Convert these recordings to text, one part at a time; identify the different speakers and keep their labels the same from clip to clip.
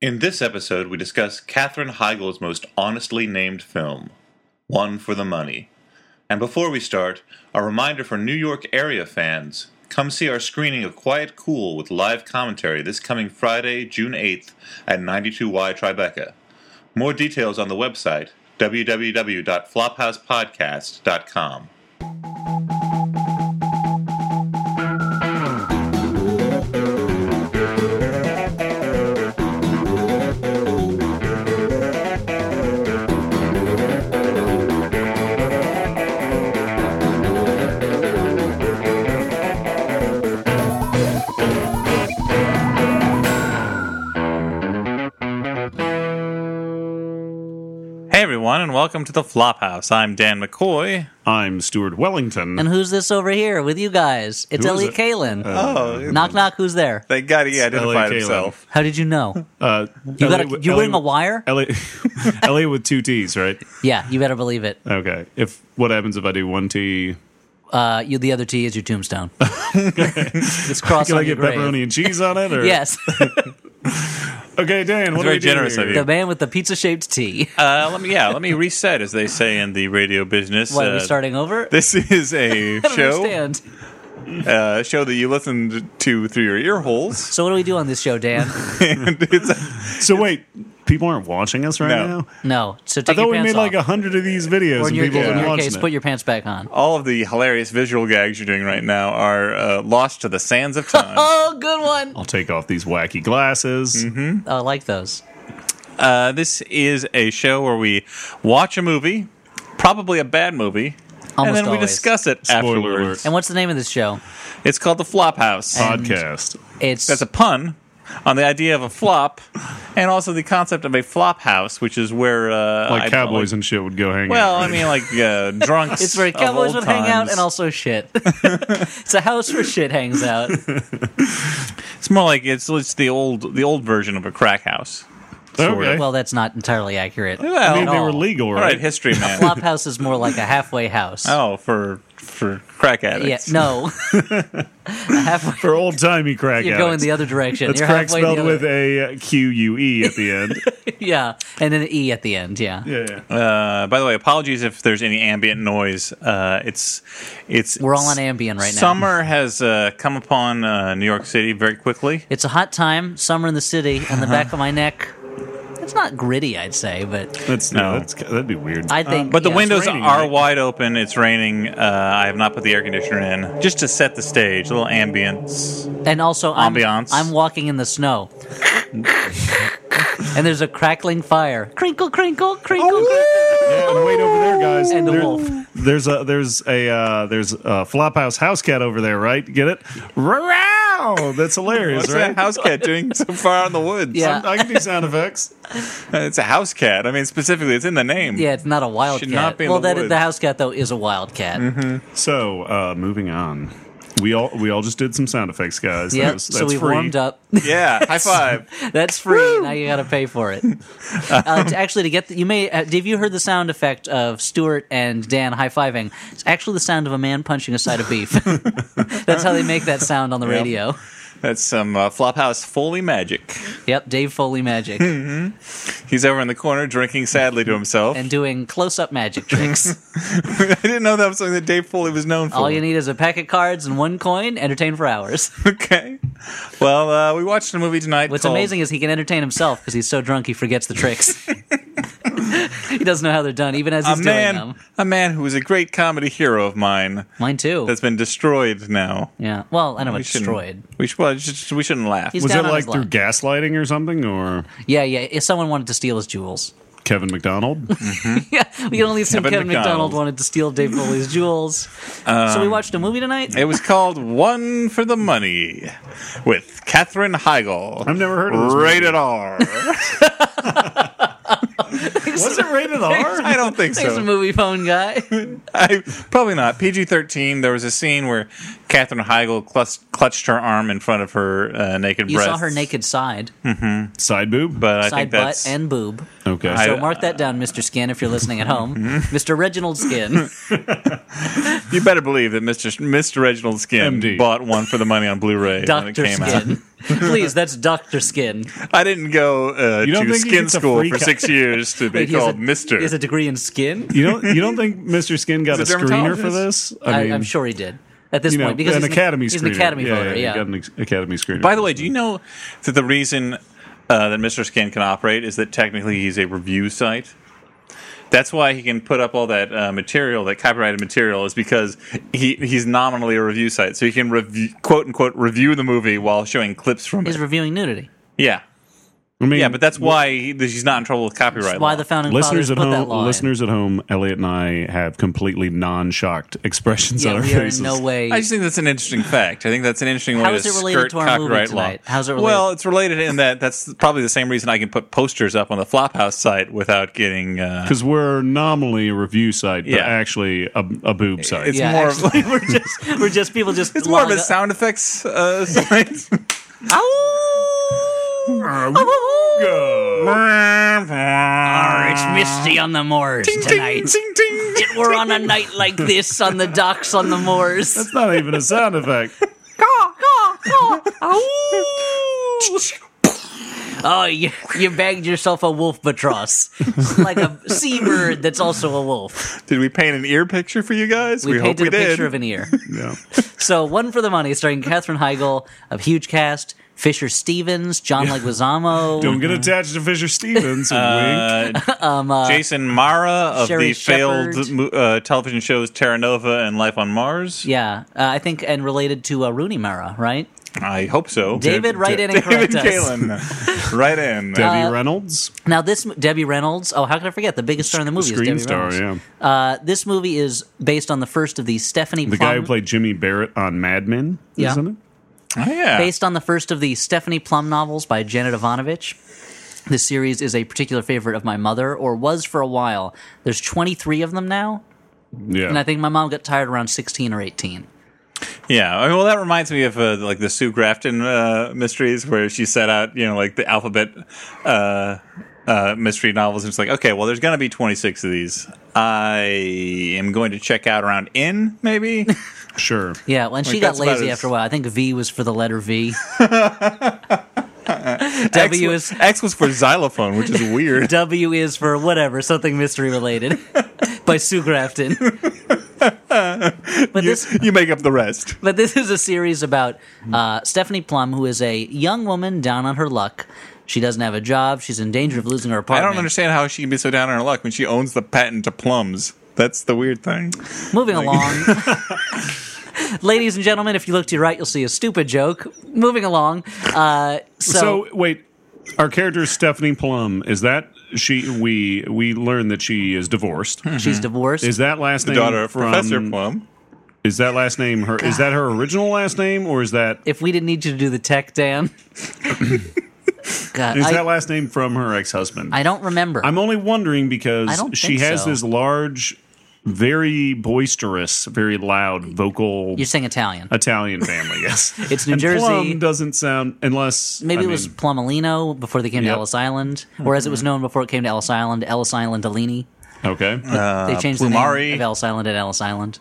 Speaker 1: In this episode, we discuss Katherine Heigl's most honestly named film, One for the Money. And before we start, a reminder for New York area fans come see our screening of Quiet Cool with live commentary this coming Friday, June 8th at 92Y Tribeca. More details on the website www.flophousepodcast.com. Hey everyone, and welcome to the Flophouse. I'm Dan McCoy.
Speaker 2: I'm Stuart Wellington.
Speaker 3: And who's this over here with you guys? It's
Speaker 2: Who is
Speaker 3: Elliot
Speaker 2: it? Uh,
Speaker 3: Kalin. knock knock. Who's there?
Speaker 4: Oh, Thank God he
Speaker 2: Elliot
Speaker 4: identified
Speaker 2: Kalin.
Speaker 4: himself.
Speaker 3: How did you know?
Speaker 2: uh,
Speaker 3: You got a, you wearing a wire?
Speaker 2: Elliot, Elliot with two T's, right?
Speaker 3: Yeah, you better believe it.
Speaker 2: Okay. If what happens if I do one T?
Speaker 3: Uh, you, the other T is your tombstone. it's crossed
Speaker 2: Can
Speaker 3: on
Speaker 2: I
Speaker 3: your
Speaker 2: get
Speaker 3: grave.
Speaker 2: pepperoni and cheese on it? Or?
Speaker 3: Yes,
Speaker 2: Okay, Dan. What do
Speaker 1: very
Speaker 2: we do
Speaker 1: generous
Speaker 2: here?
Speaker 1: of you.
Speaker 3: the man with the pizza shaped T.
Speaker 1: Uh, let me, yeah, let me reset, as they say in the radio business.
Speaker 3: Why are we
Speaker 1: Uh,
Speaker 3: starting over?
Speaker 4: This is a
Speaker 3: I don't
Speaker 4: show,
Speaker 3: understand.
Speaker 4: uh, show that you listened to through your ear holes.
Speaker 3: So what do we do on this show, Dan?
Speaker 2: So wait, people aren't watching us right
Speaker 4: No.
Speaker 2: now.
Speaker 3: No. So
Speaker 2: I
Speaker 3: take
Speaker 2: thought
Speaker 3: your
Speaker 2: we
Speaker 3: pants
Speaker 2: made
Speaker 3: off.
Speaker 2: like a hundred of these videos
Speaker 3: or in
Speaker 2: and
Speaker 3: your,
Speaker 2: people
Speaker 3: in
Speaker 2: have been
Speaker 3: your
Speaker 2: watching
Speaker 3: case,
Speaker 2: it.
Speaker 3: put your pants back on.
Speaker 4: All of the hilarious visual gags you're doing right now are uh, lost to the sands of time.
Speaker 3: Oh, good one. Oh,
Speaker 2: I'll take off these wacky glasses.
Speaker 3: I like those.
Speaker 1: Uh, this is a show where we watch a movie, probably a bad movie, and
Speaker 3: Almost
Speaker 1: then we
Speaker 3: always.
Speaker 1: discuss it
Speaker 2: Spoiler
Speaker 1: afterwards.
Speaker 2: alert.
Speaker 3: And what's the name of this show?
Speaker 1: It's called the Flop House.
Speaker 2: Podcast.
Speaker 3: It's
Speaker 1: That's a pun on the idea of a flop, and also the concept of a flop house, which is where uh,
Speaker 2: Like
Speaker 1: I don't
Speaker 2: cowboys and shit would go hang
Speaker 1: Well,
Speaker 2: out.
Speaker 1: I mean, like uh, drunks.
Speaker 3: It's where
Speaker 1: of
Speaker 3: cowboys
Speaker 1: old
Speaker 3: would hang out
Speaker 1: times.
Speaker 3: and also shit. it's a house where shit hangs out.
Speaker 1: It's more like it's, it's the old the old version of a crack house.
Speaker 2: okay.
Speaker 3: Well, that's not entirely accurate.
Speaker 1: Well,
Speaker 2: I mean,
Speaker 3: at
Speaker 2: they were
Speaker 3: all.
Speaker 2: legal,
Speaker 1: All
Speaker 2: right?
Speaker 1: right, history man.
Speaker 3: Flop house is more like a halfway house.
Speaker 1: oh, for for crack
Speaker 3: yeah,
Speaker 1: addicts.
Speaker 3: no. A halfway,
Speaker 2: For old timey crack
Speaker 3: you're going
Speaker 2: addicts.
Speaker 3: the other direction.
Speaker 2: That's
Speaker 3: you're
Speaker 2: crack
Speaker 3: halfway the
Speaker 2: spelled
Speaker 3: other-
Speaker 2: with a Q U E at the end.
Speaker 3: yeah, and then an e at the end. Yeah,
Speaker 2: yeah.
Speaker 1: Uh, by the way, apologies if there's any ambient noise. Uh, it's it's
Speaker 3: we're all on Ambien right now.
Speaker 1: Summer has uh, come upon uh, New York City very quickly.
Speaker 3: It's a hot time. Summer in the city. On
Speaker 2: Uh-huh.
Speaker 3: the back of my neck. It's not gritty, I'd say, but
Speaker 2: That's
Speaker 1: No.
Speaker 2: no. That's, that'd be weird.
Speaker 3: I think.
Speaker 1: But the
Speaker 3: yeah,
Speaker 1: windows
Speaker 2: raining,
Speaker 1: are
Speaker 2: right?
Speaker 1: wide open. It's raining. Uh, I have not put the air conditioner in. Just to set the stage, a little ambience.
Speaker 3: and also I'm,
Speaker 1: Ambiance.
Speaker 3: I'm walking in the snow, and there's a crackling fire. Crinkle, crinkle, crinkle.
Speaker 4: Oh,
Speaker 3: crinkle.
Speaker 2: yeah, and Oh, wait over there, guys.
Speaker 3: And the
Speaker 2: There-
Speaker 3: wolf.
Speaker 2: There's a there's a uh, there's a flophouse house cat over there, right? Get it? Wow, that's hilarious,
Speaker 4: What's
Speaker 2: right?
Speaker 4: that house cat doing so far out in the woods?
Speaker 3: Yeah.
Speaker 2: I can do sound effects.
Speaker 4: Uh, It's a house cat. I mean, specifically, it's in the name.
Speaker 3: Yeah, it's not a wild
Speaker 4: Should
Speaker 3: cat.
Speaker 4: not be in
Speaker 3: well,
Speaker 4: the
Speaker 3: that
Speaker 4: woods. Mm-hmm.
Speaker 3: the house cat though is a wild cat.
Speaker 2: So, uh, moving on. We all we all just did some sound effects, guys. That
Speaker 3: Yep.
Speaker 2: was-
Speaker 3: So we
Speaker 2: free.
Speaker 3: warmed up.
Speaker 4: Yeah, high five.
Speaker 3: that's free. now you got to pay for it. Uh, to- actually, to get the, you may uh, have you heard the sound effect of Stuart and Dan high fiving? It's actually the sound of a man punching a side of beef. that's how they make that sound on the radio.
Speaker 4: That's some uh, Flophouse Foley magic.
Speaker 3: Yep, Dave Foley magic
Speaker 4: He's over in the corner drinking sadly to himself.
Speaker 3: and doing close up magic tricks.
Speaker 4: I didn't know that was something that Dave Foley was known for.
Speaker 3: All you need is a pack of cards and one coin. Entertain for hours.
Speaker 4: okay. Well, uh, we watched a movie tonight.
Speaker 3: What's
Speaker 4: called-
Speaker 3: amazing is he can entertain himself because he's so drunk he forgets the tricks. he doesn't know how they're done, even as
Speaker 4: A
Speaker 3: he's doing
Speaker 4: man,
Speaker 3: them.
Speaker 4: a man who is a great comedy hero of mine
Speaker 3: Mine too.
Speaker 4: that's been destroyed now.
Speaker 3: yeah. Well, I know
Speaker 4: We
Speaker 3: it's destroyed.
Speaker 4: Shouldn't, we, should, well, just- we shouldn't laugh.
Speaker 3: He's
Speaker 2: Was
Speaker 3: down
Speaker 2: it
Speaker 3: on
Speaker 2: like
Speaker 3: his
Speaker 2: through
Speaker 3: luck.
Speaker 2: gaslighting or something, or
Speaker 3: Yeah, yeah. If someone wanted to steal his jewels,
Speaker 2: Kevin McDonald?
Speaker 3: yeah, we can only assume
Speaker 1: Kevin
Speaker 3: Kevin, McDonald.
Speaker 1: McDonald.
Speaker 3: wanted to steal Dave Foley's jewels. so we watched a movie tonight.
Speaker 4: Um, It was called One for the Money with Katherine Heigl.
Speaker 2: I've never heard of this movie.
Speaker 4: Rated R.
Speaker 2: was it rated R?
Speaker 4: I don't think
Speaker 3: There's a
Speaker 4: so.
Speaker 3: movie phone guy.
Speaker 4: I, probably not. PG 13, there was a scene where Catherine Heigl clus- clutched her arm in front of her uh, naked
Speaker 3: You
Speaker 4: breast.
Speaker 3: saw her naked side,
Speaker 2: Side boob.
Speaker 4: but I
Speaker 3: side
Speaker 4: think
Speaker 3: butt,
Speaker 4: that's
Speaker 3: and boob.
Speaker 2: okay.
Speaker 4: I- uh, Mm-hmm.
Speaker 3: So mark that down, Mr. Skin, if you're listening at home. Mr. Reginald Skin.
Speaker 4: you better believe that Mr. Sh- Mr. Reginald Skin
Speaker 2: MD.
Speaker 4: bought one for the money on Blu-ray when it
Speaker 3: Dr.
Speaker 4: came
Speaker 3: Skin. Please, that's Dr. Skin.
Speaker 4: out. I didn't go uh,
Speaker 2: You don't
Speaker 4: to
Speaker 2: think he
Speaker 4: skin
Speaker 2: gets a
Speaker 4: school
Speaker 2: free
Speaker 4: for
Speaker 2: cut?
Speaker 4: six years to be
Speaker 3: Wait, he has
Speaker 4: called
Speaker 3: a-
Speaker 4: Mister.
Speaker 3: He has a degree in skin?
Speaker 2: you don't you don't think Mr. Skin got a,
Speaker 4: He's a
Speaker 2: screener for
Speaker 4: dermatologist.
Speaker 2: this?
Speaker 3: I am sure he did at this
Speaker 2: you know,
Speaker 3: point because
Speaker 2: an
Speaker 3: he's
Speaker 2: academy
Speaker 3: an,
Speaker 2: screener.
Speaker 3: He's an academy
Speaker 2: yeah,
Speaker 3: voter.
Speaker 2: he
Speaker 3: Yeah,
Speaker 2: got an ex- academy screener.
Speaker 4: By the way, do you know that the reason uh, that Mr. Skin can operate is that technically he's a review site? That's why he can put up all that uh, material, that copyrighted material, is because he, he's nominally a review site. So he can review, quote unquote review the movie while showing clips from
Speaker 3: he's
Speaker 4: it.
Speaker 3: reviewing nudity.
Speaker 4: Yeah.
Speaker 2: I mean,
Speaker 4: Yeah, but that's why he, that he's not in trouble with copyright.
Speaker 3: Why
Speaker 4: law.
Speaker 3: the founding
Speaker 2: listeners
Speaker 3: fathers
Speaker 2: at
Speaker 3: put that
Speaker 2: home.
Speaker 3: law? in.
Speaker 2: Listeners at home. Elliot and I have completely non-shocked expressions
Speaker 3: yeah,
Speaker 2: on our
Speaker 3: we are in
Speaker 2: faces.
Speaker 3: no way.
Speaker 4: I just think that's an interesting fact. I think that's an interesting
Speaker 3: How
Speaker 4: way
Speaker 3: is
Speaker 4: to
Speaker 3: it related
Speaker 4: skirt
Speaker 3: to our movie
Speaker 4: copyright law.
Speaker 3: tonight? How's it related?
Speaker 4: Well, it's related in that that's probably the same reason I can put posters up on the Flophouse site without getting. Uh,
Speaker 2: because we're nominally a review site, but
Speaker 4: Yeah.
Speaker 2: actually a, a boob site.
Speaker 4: it's
Speaker 3: yeah,
Speaker 4: more of
Speaker 3: actually, we're just we're just people just.
Speaker 4: It's more of
Speaker 3: lying
Speaker 4: a
Speaker 3: up-
Speaker 4: sound effects uh, site.
Speaker 3: Oh, it's misty on the moors tonight. We're on a night like this on the docks on the moors.
Speaker 2: It's not even a sound effect.
Speaker 3: Oh, you, you bagged yourself a wolf batross, like a seabird that's also a wolf.
Speaker 4: Did we paint an ear picture for you guys? We, hope
Speaker 3: painted
Speaker 4: we
Speaker 3: a
Speaker 4: did.
Speaker 3: picture of an ear.
Speaker 2: Yeah.
Speaker 3: So, One for the Money, starring Katherine Heigl of Huge Cast, Fisher Stevens, John Leguizamo,
Speaker 2: Don't get attached to Fisher Stevens.
Speaker 3: Uh,
Speaker 2: wink.
Speaker 4: Jason Mara of
Speaker 3: Sherry
Speaker 4: the failed
Speaker 3: Shepherd.
Speaker 4: mo- uh, television shows Terra Nova and Life on Mars.
Speaker 3: yeah, uh, I think, and related to uh, Rooney Mara, right?
Speaker 4: I hope so.
Speaker 3: David, write in and
Speaker 4: David
Speaker 3: correct us. Uh,
Speaker 4: Kalen, right in.
Speaker 2: Debbie Reynolds,
Speaker 3: Now, this Debbie Reynolds. Oh, how could I forget? The biggest star in the movie is
Speaker 2: screen
Speaker 3: Debbie
Speaker 2: star.
Speaker 3: Reynolds.
Speaker 2: Yeah,
Speaker 3: Uh, this movie is based on the first of the Stephanie
Speaker 2: the
Speaker 3: Plum,
Speaker 2: guy who played Jimmy Barrett on Mad Men.
Speaker 3: Yeah.
Speaker 2: Isn't it?
Speaker 4: Oh, yeah.
Speaker 3: based on the first of the Stephanie Plum novels by Janet Ivanovich. This series is a particular favorite of my mother, or was for a while. There's 23 of them now,
Speaker 2: Yeah.
Speaker 3: and I think my mom got tired around 16 or 18.
Speaker 4: Yeah, I mean, well, that reminds me of uh, like the Sue Grafton uh, mysteries, where she set out, you know, like the alphabet uh, uh, mystery novels, and it's like, okay, well, there's going to be 26 of these. I am going to check out around N, maybe.
Speaker 2: sure.
Speaker 3: Yeah, well, and she
Speaker 4: Like,
Speaker 3: got
Speaker 4: that's about
Speaker 3: lazy
Speaker 4: as-
Speaker 3: after a while. I think V was for the letter V. w
Speaker 4: X,
Speaker 3: is
Speaker 4: was, X was for xylophone, which is weird.
Speaker 3: W is for whatever, something mystery related by Sue Grafton. but this
Speaker 4: you make up the rest.
Speaker 3: but this is a series about uh, Stephanie Plum, who is a young woman down on her luck. She doesn't have a job. She's in danger of losing her
Speaker 4: I
Speaker 3: apartment.
Speaker 4: don't understand how she can be so down on her luck when she owns the patent to plums. That's the weird thing.
Speaker 3: Moving along. Ladies and gentlemen, if you look to your right, you'll see a stupid joke. Moving along. Uh,
Speaker 2: So wait, our character Stephanie Plum is that she? We we learn that she is divorced.
Speaker 3: She's divorced.
Speaker 2: mm, Is that last name
Speaker 4: Daughter of
Speaker 2: from,
Speaker 4: Professor Plum.
Speaker 2: Is that last name her? Is that her original last name, or is that
Speaker 3: if we didn't need you to do the tech, Dan. God,
Speaker 2: is
Speaker 3: I,
Speaker 2: that last name from her ex husband?
Speaker 3: I don't remember.
Speaker 2: I'm only wondering because
Speaker 3: I don't
Speaker 2: she
Speaker 3: think
Speaker 2: has
Speaker 3: so.
Speaker 2: this large, very boisterous, very loud vocal
Speaker 3: You're saying Italian.
Speaker 2: Italian family. Yes,
Speaker 3: It's New
Speaker 2: And
Speaker 3: Jersey.
Speaker 2: Plum doesn't sound unless
Speaker 3: Maybe
Speaker 2: I
Speaker 3: it was
Speaker 2: mean,
Speaker 3: Plumelino before they came
Speaker 2: Yep.
Speaker 3: to Ellis Island, or as it was known before it came to Ellis Island, Ellis Island Alini.
Speaker 2: okay.
Speaker 3: They changed the
Speaker 4: Plumari.
Speaker 3: name of Ellis Island at Ellis Island.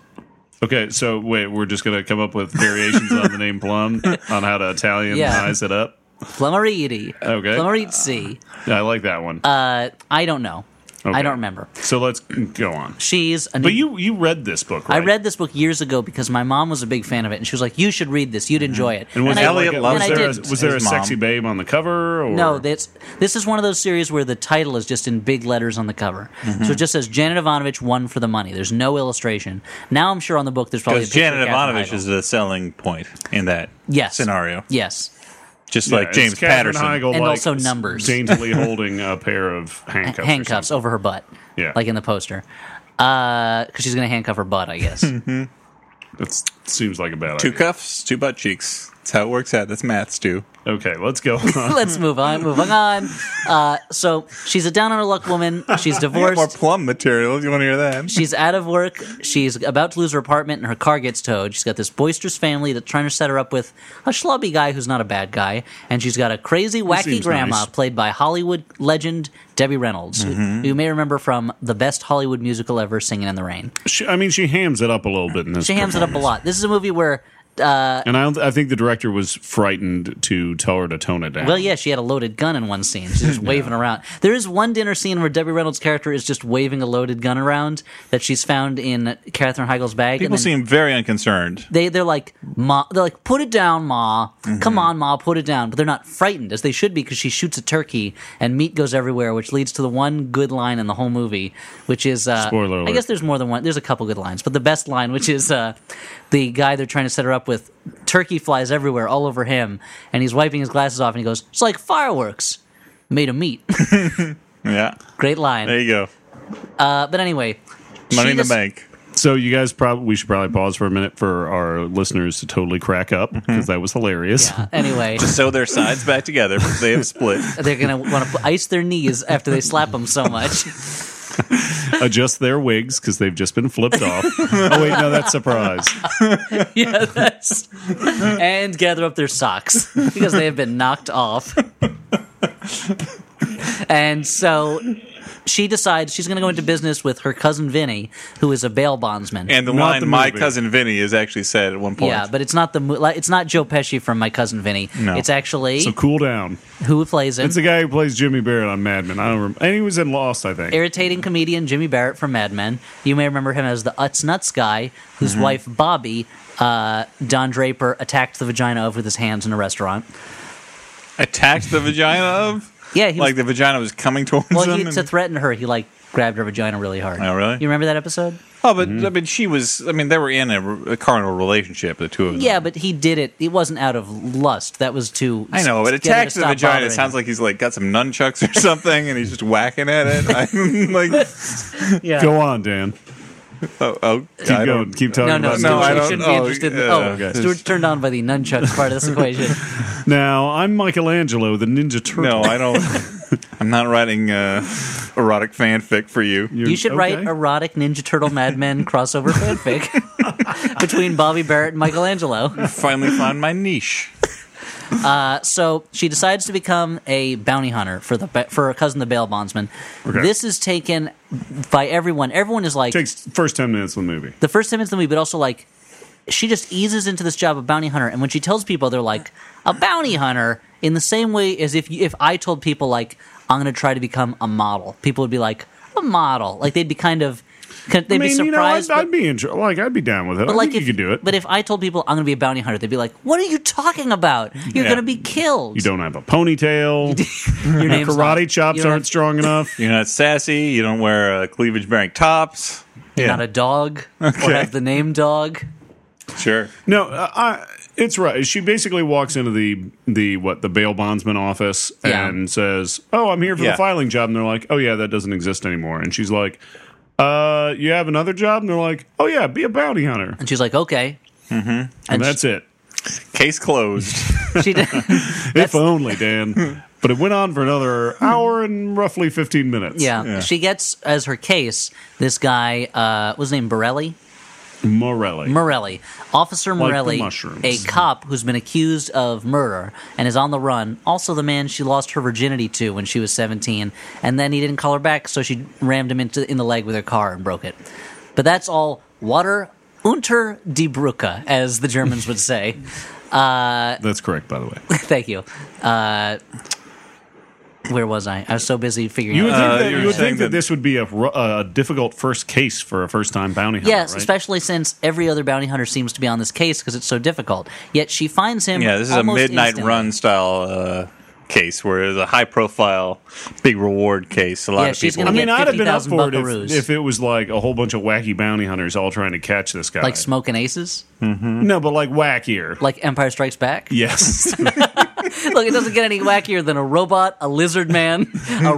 Speaker 2: Okay, so wait, we're just gonna come up with variations on the name Plum on how to Italianize
Speaker 3: Yeah.
Speaker 2: it up.
Speaker 3: Plumariti.
Speaker 2: Okay.
Speaker 3: Plumaritzi.
Speaker 2: I like that one.
Speaker 3: Uh, I don't know.
Speaker 2: Okay.
Speaker 3: I don't remember.
Speaker 2: so let's go on.
Speaker 3: She's a new.
Speaker 2: But you you read this book,
Speaker 3: I
Speaker 2: right?
Speaker 3: read this book years ago because my mom was a big fan of it, and she was like, "You should read this. You'd enjoy it."
Speaker 2: And was
Speaker 3: I-
Speaker 4: Mm-hmm. Elliot
Speaker 2: like a-
Speaker 4: loves
Speaker 3: and I
Speaker 2: was there a,
Speaker 3: didn't.
Speaker 2: was there a
Speaker 4: His mom.
Speaker 2: sexy babe on the cover? Or?
Speaker 3: No, that's this is one of those series where the title is just in big letters on the cover,
Speaker 4: Mm-hmm.
Speaker 3: so it just says Janet Ivanovich won for the money. There's no illustration. Now I'm sure on the book there's probably a
Speaker 4: Because
Speaker 3: picture of
Speaker 4: Janet
Speaker 3: Catherine
Speaker 4: Ivanovich
Speaker 3: Heigl.
Speaker 4: is the selling point in that
Speaker 3: yes
Speaker 4: scenario.
Speaker 3: Yes,
Speaker 4: Just
Speaker 2: Yeah,
Speaker 4: like
Speaker 2: it's
Speaker 4: James
Speaker 2: Catherine
Speaker 4: Patterson.
Speaker 2: Heigl,
Speaker 3: And
Speaker 2: like,
Speaker 3: also numbers.
Speaker 2: daintily holding a pair of handcuffs. or
Speaker 3: handcuffs over her butt,
Speaker 2: Yeah.
Speaker 3: like in the poster, because she's going to handcuff her butt, I guess.
Speaker 2: something. That seems like a bad
Speaker 4: Two
Speaker 2: idea.
Speaker 4: cuffs, two butt cheeks. That's how it works out. That's math, Stu.
Speaker 2: Okay, let's go. on.
Speaker 3: Let's move on. Moving on. Uh, so she's a down on her luck woman. She's
Speaker 4: More
Speaker 3: divorced.
Speaker 4: plum material if you want to hear that.
Speaker 3: She's out of work. She's about to lose her apartment, and her car gets towed. She's got this boisterous family that's trying to set her up with a schlubby guy who's not a bad guy, and she's got a crazy, wacky
Speaker 2: seems
Speaker 3: grandma
Speaker 2: nice. Mm-hmm.
Speaker 3: played by Hollywood legend Debbie Reynolds, who you may remember from the best Hollywood musical ever, Singing in the Rain.
Speaker 2: She, I mean, she hams it up a little bit in this.
Speaker 3: She hams it up a lot. This is a movie where
Speaker 2: And I, don't- I think the director was frightened to tell her to tone it down.
Speaker 3: Well, yeah, she had a loaded gun in one scene. She's just waving around. There is one dinner scene where Debbie Reynolds' character is just waving a loaded gun around that she's found in Katherine Heigl's bag. and
Speaker 4: People
Speaker 3: then
Speaker 4: seem very unconcerned.
Speaker 3: they they're like ma, they're like put it down, ma.
Speaker 4: Mm-hmm.
Speaker 3: Come on, ma, put it down. But they're not frightened as they should be because she shoots a turkey and meat goes everywhere, which leads to the one good line in the whole movie, which is uh,
Speaker 2: Spoiler alert.
Speaker 3: I guess there's more than one. There's a couple good lines, but the best line, which is uh, the guy they're trying to set her up with, turkey flies everywhere, all over him, and he's wiping his glasses off, and he goes, "It's like fireworks." Made of meat.
Speaker 4: Yeah.
Speaker 3: Great line.
Speaker 4: There you go.
Speaker 3: Uh, but anyway,
Speaker 4: Money
Speaker 3: she
Speaker 4: in the
Speaker 3: just-
Speaker 4: bank.
Speaker 2: So you guys probably we should probably pause for a minute for our listeners to totally crack up because that was hilarious.
Speaker 3: Mm-hmm. Yeah, anyway,
Speaker 4: Sew their sides back together. because They have split.
Speaker 3: they're gonna want to ice their knees after they slap them so much.
Speaker 2: Adjust their wigs because they've just been flipped off. oh wait, no, that's surprise.
Speaker 3: yeah, that's and gather up their socks because they have been knocked off. and so she decides she's going to go into business with her cousin Vinny, who is a bail bondsman.
Speaker 4: And the
Speaker 2: Not
Speaker 4: line
Speaker 2: the
Speaker 4: "My
Speaker 2: movie.
Speaker 4: cousin Vinny" is actually said at one point.
Speaker 3: yeah, but it's not the mo- like, it's not Joe Pesci from My Cousin Vinny.
Speaker 4: No.
Speaker 3: It's actually
Speaker 2: So cool down.
Speaker 3: who plays him.
Speaker 2: It's the guy who plays Jimmy Barrett on Mad Men. I don't remember, and he was in Lost, I think.
Speaker 3: irritating comedian Jimmy Barrett from Mad Men. You may remember him as the Utz Nuts guy, whose
Speaker 4: Mm-hmm.
Speaker 3: wife Bobby uh, Don Draper attacked the vagina of with his hands in a restaurant.
Speaker 4: attacked the vagina of.
Speaker 3: Yeah, he was-
Speaker 4: like the vagina was coming towards
Speaker 3: Well,
Speaker 4: him.
Speaker 3: he,
Speaker 4: and-
Speaker 3: to threaten her, he like grabbed her vagina really hard.
Speaker 4: Oh, really?
Speaker 3: You remember that episode?
Speaker 4: oh, but I mean, she was. I mean, they were in a, a carnal relationship, the two of them.
Speaker 3: Yeah, but he did it. It wasn't out of lust. That was to
Speaker 4: I know, but
Speaker 3: get her to
Speaker 4: attacked the
Speaker 3: stop
Speaker 4: vagina. It
Speaker 3: bothering
Speaker 4: sounds
Speaker 3: him.
Speaker 4: like he's like got some nunchucks or something, and he's just whacking at it. I'm like,
Speaker 3: yeah.
Speaker 2: Go on, Dan.
Speaker 4: oh, oh
Speaker 2: Keep going. Keep talking
Speaker 3: No, no,
Speaker 2: about
Speaker 3: Stuart,
Speaker 4: No, I
Speaker 3: you
Speaker 4: don't-
Speaker 3: shouldn't be
Speaker 4: oh,
Speaker 3: interested. in,
Speaker 4: yeah,
Speaker 3: oh,
Speaker 4: okay.
Speaker 3: Stuart's turned on by the nunchucks part of this equation.
Speaker 2: Now I'm Michelangelo, the Ninja Turtle.
Speaker 4: No, I don't. I'm not writing uh, erotic fanfic for you.
Speaker 2: You're-
Speaker 3: You should write
Speaker 2: okay.
Speaker 3: erotic Ninja Turtle Mad Men crossover fanfic between Bobby Barrett and Michelangelo.
Speaker 4: Finally found my niche.
Speaker 3: So she decides to become a bounty hunter for the ba- for her cousin, the bail bondsman.
Speaker 2: Okay.
Speaker 3: This is taken by everyone. Everyone is like,
Speaker 2: takes first ten minutes of the movie.
Speaker 3: the first time it's the movie, but also like she just eases into this job of bounty hunter. And when she tells people, they're like a bounty hunter in the same way as if if I told people like I'm going to try to become a model, people would be like a model, like they'd be kind of they'd
Speaker 2: I
Speaker 3: be
Speaker 2: mean, you know, I'd,
Speaker 3: surprised. but-
Speaker 2: I'd be inter- like I'd be down with it.
Speaker 3: but
Speaker 2: I
Speaker 3: like
Speaker 2: think
Speaker 3: if
Speaker 2: you could do it.
Speaker 3: but if I told people I'm going to be a bounty hunter, they'd be like, "What are you talking about? You're
Speaker 4: Yeah.
Speaker 3: going to be killed.
Speaker 2: you don't have a ponytail.
Speaker 3: Your name's not-
Speaker 2: karate
Speaker 3: you
Speaker 2: chops
Speaker 3: don't
Speaker 2: aren't
Speaker 3: have-
Speaker 2: strong enough.
Speaker 4: You're not sassy. You don't wear uh, cleavage bearing tops.
Speaker 3: You're not a dog or have the name dog."
Speaker 4: Sure.
Speaker 2: No, uh, I, it's right. She basically walks into the the what the bail bondsman office
Speaker 3: Yeah.
Speaker 2: and says, "Oh, I'm here for
Speaker 4: Yeah.
Speaker 2: the filing job." And they're like, "Oh yeah, that doesn't exist anymore." And she's like, "Uh, you have another job?" And they're like, "Oh yeah, be a bounty hunter."
Speaker 3: And she's like, "Okay."
Speaker 2: Mm-hmm. And that's it.
Speaker 4: Case closed.
Speaker 3: She did.
Speaker 2: If only, Dan. But it went on for another hour and roughly 15 minutes.
Speaker 3: Yeah. She gets as her case this guy uh what was his name Borelli?
Speaker 2: Morelli.
Speaker 3: Morelli. Officer
Speaker 2: the
Speaker 3: Morelli,
Speaker 2: mushrooms.
Speaker 3: a cop who's been accused of murder and is on the run. Also the man she lost her virginity to when she was 17 and then he didn't call her back so she rammed him into in the leg with her car and broke it. But that's all water unter die Brücke as the Germans would say.
Speaker 2: that's correct, by the way.
Speaker 3: Thank you. Uh where was I? I was so busy figuring
Speaker 2: You would
Speaker 3: out.
Speaker 2: think,
Speaker 4: Uh,
Speaker 2: that,
Speaker 4: you
Speaker 2: you
Speaker 4: were
Speaker 2: would
Speaker 4: saying
Speaker 2: think that
Speaker 4: that-
Speaker 2: this would be a, ru- a difficult first case for a first time bounty hunter.
Speaker 3: Yes,
Speaker 2: right?
Speaker 3: especially since every other bounty hunter seems to be on this case because it's so difficult. Yet she finds him.
Speaker 4: Yeah, this is a
Speaker 3: almost
Speaker 4: midnight
Speaker 3: instantly.
Speaker 4: run style uh, case where it's a high profile, big reward case. A lot
Speaker 3: Yeah,
Speaker 4: of
Speaker 3: she's
Speaker 4: people.
Speaker 2: I
Speaker 3: gonna
Speaker 2: mean,
Speaker 3: get
Speaker 2: I'd have been up
Speaker 3: 50,000
Speaker 2: for it if,
Speaker 3: buckaroos.
Speaker 2: if it was like a whole bunch of wacky bounty hunters all trying to catch this guy.
Speaker 3: Like smoking aces,
Speaker 2: no, but like wackier.
Speaker 3: like Empire Strikes Back.
Speaker 2: yes.
Speaker 3: Look, it doesn't get any wackier than a robot, a lizard man, a,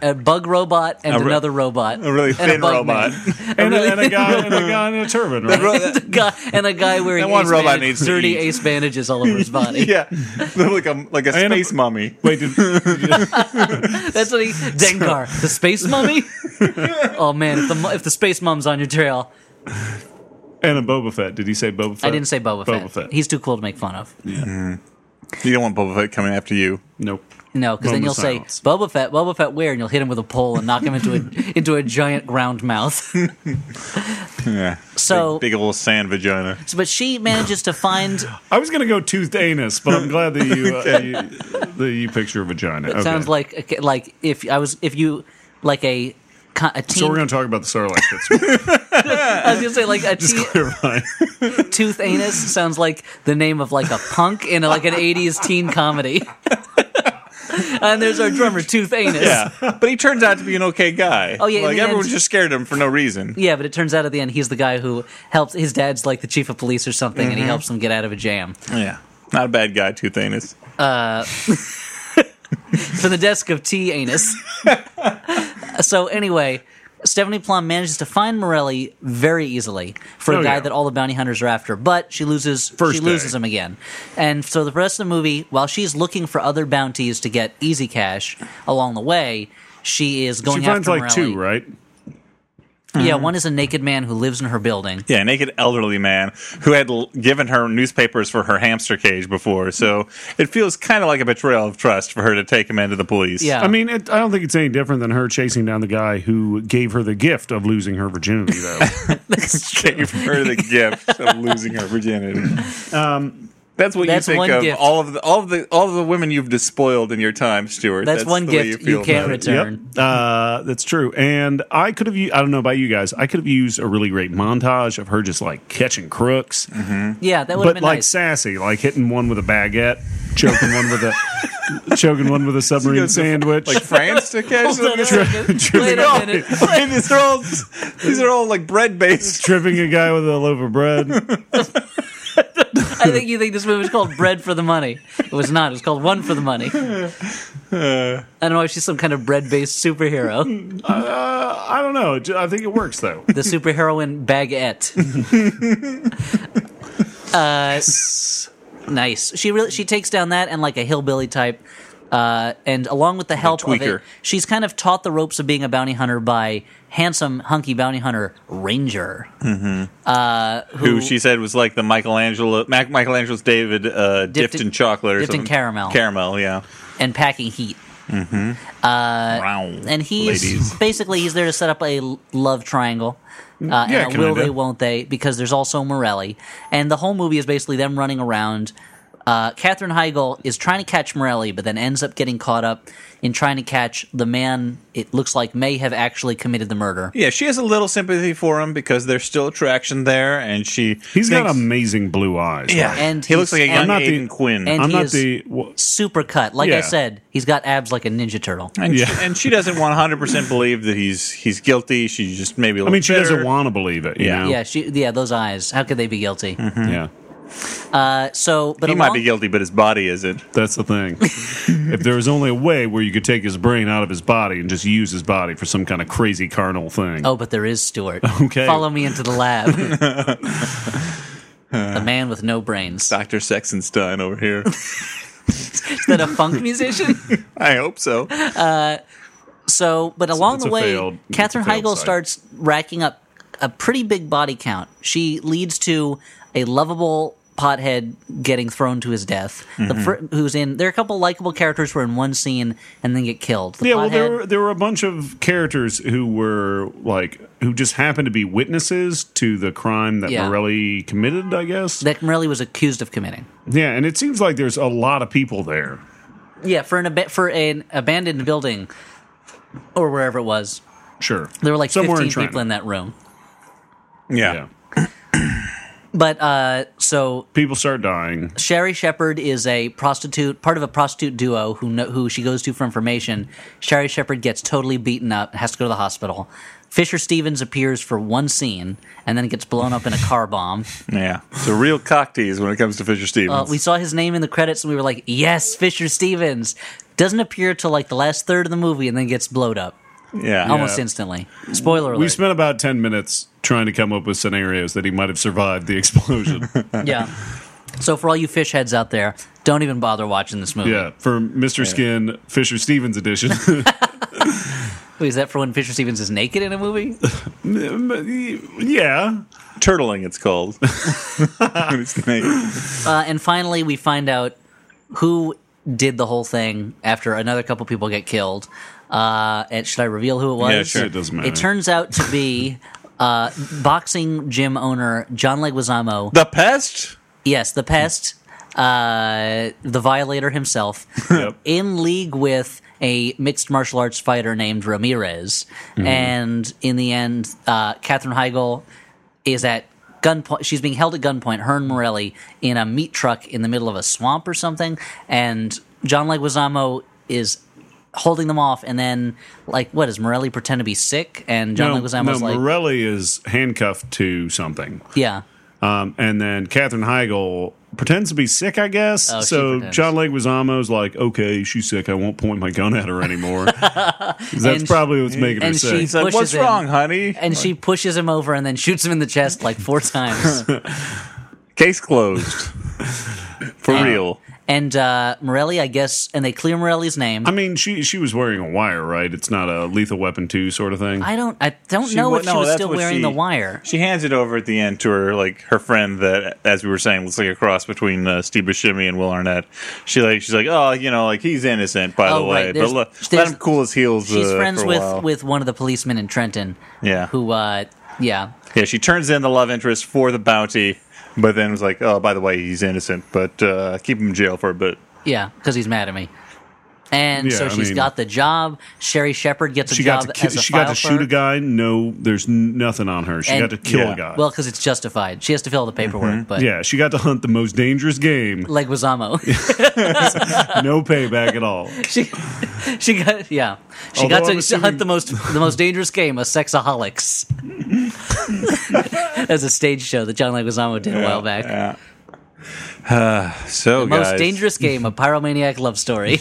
Speaker 3: a, a bug robot, and
Speaker 4: ro-
Speaker 3: another robot.
Speaker 4: a really
Speaker 3: And
Speaker 4: thin
Speaker 3: bug
Speaker 4: robot.
Speaker 3: man.
Speaker 2: and, a, and a guy and a guy in a turban, right?
Speaker 3: and, a guy, and a guy wearing
Speaker 4: That one
Speaker 3: ace
Speaker 4: robot
Speaker 3: bandage-
Speaker 4: needs to
Speaker 3: dirty
Speaker 4: eat.
Speaker 3: ace bandages all over his body.
Speaker 4: yeah, They're like a like a
Speaker 2: And a-
Speaker 4: space mummy.
Speaker 2: Wait, did,
Speaker 3: That's what he. Dengar, the space mummy. oh man, if the mu- if the space mum's on your trail,
Speaker 2: and a Boba Fett? Did he say Boba Fett?
Speaker 3: I didn't say Boba,
Speaker 2: Boba
Speaker 3: Fett.
Speaker 2: Fett.
Speaker 3: He's too cool to make fun of.
Speaker 4: You don't want Boba Fett coming after you.
Speaker 2: nope.
Speaker 3: No, because then
Speaker 2: Moment
Speaker 3: you'll
Speaker 2: of silence.
Speaker 3: say Boba Fett, Boba Fett, where? And you'll hit him with a pole and knock him into a into a giant ground mouth.
Speaker 4: Yeah,
Speaker 3: So,
Speaker 4: big old sand vagina.
Speaker 3: but she manages to find.
Speaker 2: I was gonna go toothed anus, but I'm glad that you, uh, you that you picture a vagina. Okay.
Speaker 3: Sounds like like if I was if you like a co- a teen.
Speaker 2: so. We're gonna talk about the Sarlacc. That's
Speaker 3: I was gonna say like a teen,
Speaker 2: terrifying.
Speaker 3: tooth anus sounds like the name of like a punk in like an 80s teen comedy. and there's our drummer, Tooth Anus.
Speaker 4: Yeah, but he turns out to be an okay guy.
Speaker 3: Oh, yeah, in
Speaker 4: like
Speaker 3: the end-
Speaker 4: everyone's just scared of him for no reason.
Speaker 3: Yeah, but it turns out at the end he's the guy who helps. His dad's like the chief of police or something,
Speaker 2: Mm-hmm.
Speaker 3: and he helps them get out of a jam.
Speaker 4: Yeah, not a bad guy. Tooth anus.
Speaker 3: From the desk of T Anus. so anyway, Stephanie Plum manages to find Morelli very easily for
Speaker 2: Oh,
Speaker 3: a guy
Speaker 2: yeah.
Speaker 3: that all the bounty hunters are after, but she loses
Speaker 2: First
Speaker 3: she loses
Speaker 2: day.
Speaker 3: him again. And so the rest of the movie, while she's looking for other bounties to get easy cash along the way, she is going
Speaker 2: She finds
Speaker 3: after
Speaker 2: like
Speaker 3: Morelli.
Speaker 2: two, right? Mm-hmm.
Speaker 3: Yeah, one is a naked man who lives in her building.
Speaker 4: Yeah, naked elderly man who had l- given her newspapers for her hamster cage before. So it feels kind of like a betrayal of trust for her to take him into the police.
Speaker 3: Yeah.
Speaker 2: I mean, it, I don't think it's any different than her chasing down the guy who gave her the gift of losing her virginity, though.
Speaker 4: gave her the gift of losing her virginity. that's what
Speaker 3: that's
Speaker 4: you
Speaker 3: one
Speaker 4: think of
Speaker 3: gift.
Speaker 4: all of the all of the all of the women you've despoiled in your time, Stuart.
Speaker 3: That's one
Speaker 4: the way
Speaker 3: gift
Speaker 4: feel
Speaker 3: you can't
Speaker 4: about it.
Speaker 3: return.
Speaker 2: Yep. Uh, that's true. And I could have, u- I don't know about you guys, I could have used a really great montage of her just like catching crooks,
Speaker 3: Yeah, that would have
Speaker 2: but
Speaker 3: been
Speaker 2: like
Speaker 3: nice.
Speaker 2: sassy, like hitting one with a baguette, choking one with a choking one with a submarine
Speaker 4: goes to-
Speaker 2: sandwich.
Speaker 4: Like France to catch
Speaker 3: Hold on a
Speaker 4: them.
Speaker 3: second. Wait a minute.
Speaker 4: And these are all these are all like bread based.
Speaker 2: Tripping a guy with a loaf of bread.
Speaker 3: I think you think this movie is called Bread for the Money. It was not. It was called One for the Money. I don't know if she's some kind of bread-based superhero.
Speaker 2: Uh, I don't know. J- I think it works though.
Speaker 3: The superheroine Baguette. Uh, nice. She really she takes down that and like a hillbilly type. Uh, and along with the help of
Speaker 4: tweaker.
Speaker 3: it, she's kind of taught the ropes of being a bounty hunter by handsome, hunky bounty hunter Ranger.
Speaker 4: Who she said was like the Michelangelo Mac, Michelangelo's David uh, dipped,
Speaker 3: Dipped in-
Speaker 4: in chocolate or
Speaker 3: dipped in
Speaker 4: something.
Speaker 3: caramel.
Speaker 4: Caramel, yeah.
Speaker 3: and packing heat.
Speaker 4: Mm-hmm.
Speaker 3: Uh,
Speaker 4: Wow.
Speaker 3: And he's
Speaker 4: ladies. Mm-hmm.
Speaker 3: basically he's there to set up a l- love triangle. Uh,
Speaker 2: Yeah,
Speaker 3: and a will
Speaker 2: kinda.
Speaker 3: they, won't they? Because there's also Morelli, and the whole movie is basically them running around. Uh, Catherine Heigl is trying to catch Morelli, but then ends up getting caught up in trying to catch the man. It looks like may have actually committed the murder.
Speaker 4: Yeah, she has a little sympathy for him because there's still attraction there, and she
Speaker 2: He's got
Speaker 4: thinks-
Speaker 2: amazing blue eyes.
Speaker 4: Yeah,
Speaker 3: And
Speaker 4: he looks
Speaker 3: he's-
Speaker 4: like a young
Speaker 2: I'm not the-
Speaker 4: Aiden Quinn,
Speaker 3: and
Speaker 2: I'm
Speaker 3: he
Speaker 2: not
Speaker 3: is-
Speaker 2: the. wha-
Speaker 3: Super cut, like I
Speaker 2: Yeah.
Speaker 3: said, he's got abs like a ninja turtle.
Speaker 4: and,
Speaker 2: Yeah.
Speaker 4: she, and she doesn't 100 percent believe that he's he's guilty. She just maybe.
Speaker 2: I mean, she doesn't want to believe it. You
Speaker 4: Yeah.
Speaker 2: know?
Speaker 3: Yeah, she, yeah, those eyes. How could they be guilty?
Speaker 2: yeah.
Speaker 3: Uh, so, but
Speaker 4: Mm-hmm. He
Speaker 3: along,
Speaker 4: might be guilty, but his body isn't.
Speaker 2: That's the thing. if there was only a way where you could take his brain out of his body and just use his body for some kind of crazy carnal thing.
Speaker 3: Oh, but there is Stuart.
Speaker 2: Okay.
Speaker 3: Follow me into the lab. the man with no brains. Is
Speaker 4: Doctor Sexenstein over here.
Speaker 3: that a funk musician?
Speaker 4: I hope so.
Speaker 3: So, but along
Speaker 2: it's
Speaker 3: the
Speaker 2: a
Speaker 3: way,
Speaker 2: failed- it's
Speaker 3: Katherine
Speaker 2: a failed
Speaker 3: Heigl
Speaker 2: site.
Speaker 3: starts racking up a pretty big body count. She leads to a lovable pothead getting thrown to his death. The
Speaker 2: Mm-hmm.
Speaker 3: fr- who's in there are a couple likable characters who are in one scene and then get killed. The
Speaker 2: yeah, well, there
Speaker 3: pothead-
Speaker 2: were, there were a bunch of characters who were like who just happened to be witnesses to the crime that
Speaker 3: Yeah.
Speaker 2: Morelli committed. I guess.
Speaker 3: that Morelli was accused of committing.
Speaker 2: yeah, and it seems like there's a lot of people there.
Speaker 3: Yeah, for an ab- for an abandoned building or wherever it was.
Speaker 2: Sure,
Speaker 3: There were like
Speaker 2: somewhere
Speaker 3: 15
Speaker 2: in China.
Speaker 3: people in that room.
Speaker 4: Yeah.
Speaker 2: yeah.
Speaker 3: But uh, so
Speaker 2: People start dying.
Speaker 3: Sherry Shepard is a prostitute, part of a prostitute duo who know, who she goes to for information. Sherry Shepard gets totally beaten up, has to go to the hospital. Fisher Stevens appears for one scene and then gets blown up in a car bomb.
Speaker 4: Yeah, it's a real cock tease when it comes to Fisher
Speaker 3: Uh,
Speaker 4: Stevens.
Speaker 3: we saw his name in the credits and we were like, "Yes, Fisher Stevens." Doesn't appear till like the last third of the movie and then gets blowed up
Speaker 4: yeah,
Speaker 3: almost instantly. Spoiler
Speaker 2: We
Speaker 3: alert.
Speaker 2: spent about 10 minutes trying to come up with scenarios that he might have survived the explosion.
Speaker 3: yeah. So for all you fish heads out there, don't even bother watching this movie.
Speaker 2: yeah, for Mr. Skin, Fisher Stevens edition.
Speaker 3: Wait, Is that for when Fisher Stevens is naked in a movie?
Speaker 2: yeah.
Speaker 4: turtling. It's called. When it's naked.
Speaker 3: Uh, and finally, we find out who did the whole thing after another couple people get killed. Uh, and should I reveal who it was?
Speaker 4: Yeah, sure.
Speaker 2: It doesn't matter.
Speaker 3: It turns out to be uh, boxing gym owner John Leguizamo.
Speaker 4: the pest.
Speaker 3: Yes, the pest, uh, the violator himself,
Speaker 2: Yep.
Speaker 3: in league with a mixed martial arts fighter named Ramirez.
Speaker 2: Mm-hmm.
Speaker 3: And in the end, uh, Catherine Heigl is at gunpoint. She's being held at gunpoint, her and Morelli, in a meat truck in the middle of a swamp or something. And John Leguizamo is holding them off. And then, like, what does Morelli pretend to be sick? And John
Speaker 2: no, no
Speaker 3: Leguizamo's like,
Speaker 2: Morelli is handcuffed to something.
Speaker 3: yeah.
Speaker 2: Um, and then Katherine Heigl pretends to be sick, I guess.
Speaker 3: Oh, she
Speaker 2: so
Speaker 3: pretends.
Speaker 2: John Leguizamo's like, okay, she's sick. I won't point my gun at her anymore. 'Cause that's
Speaker 3: And-
Speaker 2: probably what's making her
Speaker 3: and uh,
Speaker 2: sick.
Speaker 4: He's like,
Speaker 3: Pushes
Speaker 4: "What's
Speaker 3: him.
Speaker 4: wrong, honey?"
Speaker 3: And she pushes him over and then shoots him in the chest like four times.
Speaker 4: Case closed. For real.
Speaker 3: And uh, Morelli, I guess, and they clear Morelli's name.
Speaker 2: I
Speaker 3: I'm,
Speaker 2: mean, she she was wearing a wire, right? It's not a Lethal Weapon two sort of thing.
Speaker 3: I do not I don't
Speaker 4: She
Speaker 3: know
Speaker 4: wa-
Speaker 3: if
Speaker 4: no,
Speaker 3: she was
Speaker 4: that's
Speaker 3: still
Speaker 4: what
Speaker 3: wearing
Speaker 4: she-
Speaker 3: the wire.
Speaker 4: She hands it over at the end to her like her friend that, as we were saying, looks like a cross between uh, Steve Buscemi and Will Arnett. She like she's like, oh, you know, like he's innocent by
Speaker 3: Oh,
Speaker 4: the
Speaker 3: right,
Speaker 4: way, but
Speaker 3: there's-
Speaker 4: le- let
Speaker 3: there's-
Speaker 4: him cool his heels.
Speaker 3: She's
Speaker 4: uh,
Speaker 3: friends
Speaker 4: for a
Speaker 3: with
Speaker 4: while.
Speaker 3: with one of the policemen in Trenton.
Speaker 4: Yeah.
Speaker 3: Who? Uh, yeah.
Speaker 4: yeah. She turns in the love interest for the bounty, but then was like, oh, by the way, he's innocent, but uh, keep him in jail for a bit.
Speaker 3: Yeah. Because he's mad at me. And
Speaker 2: Yeah,
Speaker 3: so
Speaker 2: I
Speaker 3: she's
Speaker 2: mean-
Speaker 3: got the job. Sherry Shepard gets a
Speaker 2: she
Speaker 3: job
Speaker 2: got to ki-
Speaker 3: as a
Speaker 2: she got to
Speaker 3: file
Speaker 2: shoot
Speaker 3: clerk.
Speaker 2: a guy. No, there's n- nothing on her. She
Speaker 3: And-
Speaker 2: got to kill
Speaker 4: Yeah.
Speaker 2: a guy. Mm-hmm.
Speaker 3: Well, because it's justified. She has to fill out the paperwork, but
Speaker 2: yeah, she got to hunt the most dangerous game.
Speaker 3: Leguizamo.
Speaker 2: No payback at all.
Speaker 3: she she got yeah. She
Speaker 2: Although
Speaker 3: got to
Speaker 2: I'm assuming-
Speaker 3: hunt the most the most dangerous game of sexaholics. As a stage show that John Leguizamo did a while back.
Speaker 4: Yeah. Uh, so
Speaker 3: most
Speaker 4: guys,
Speaker 3: dangerous game, a pyromaniac love story.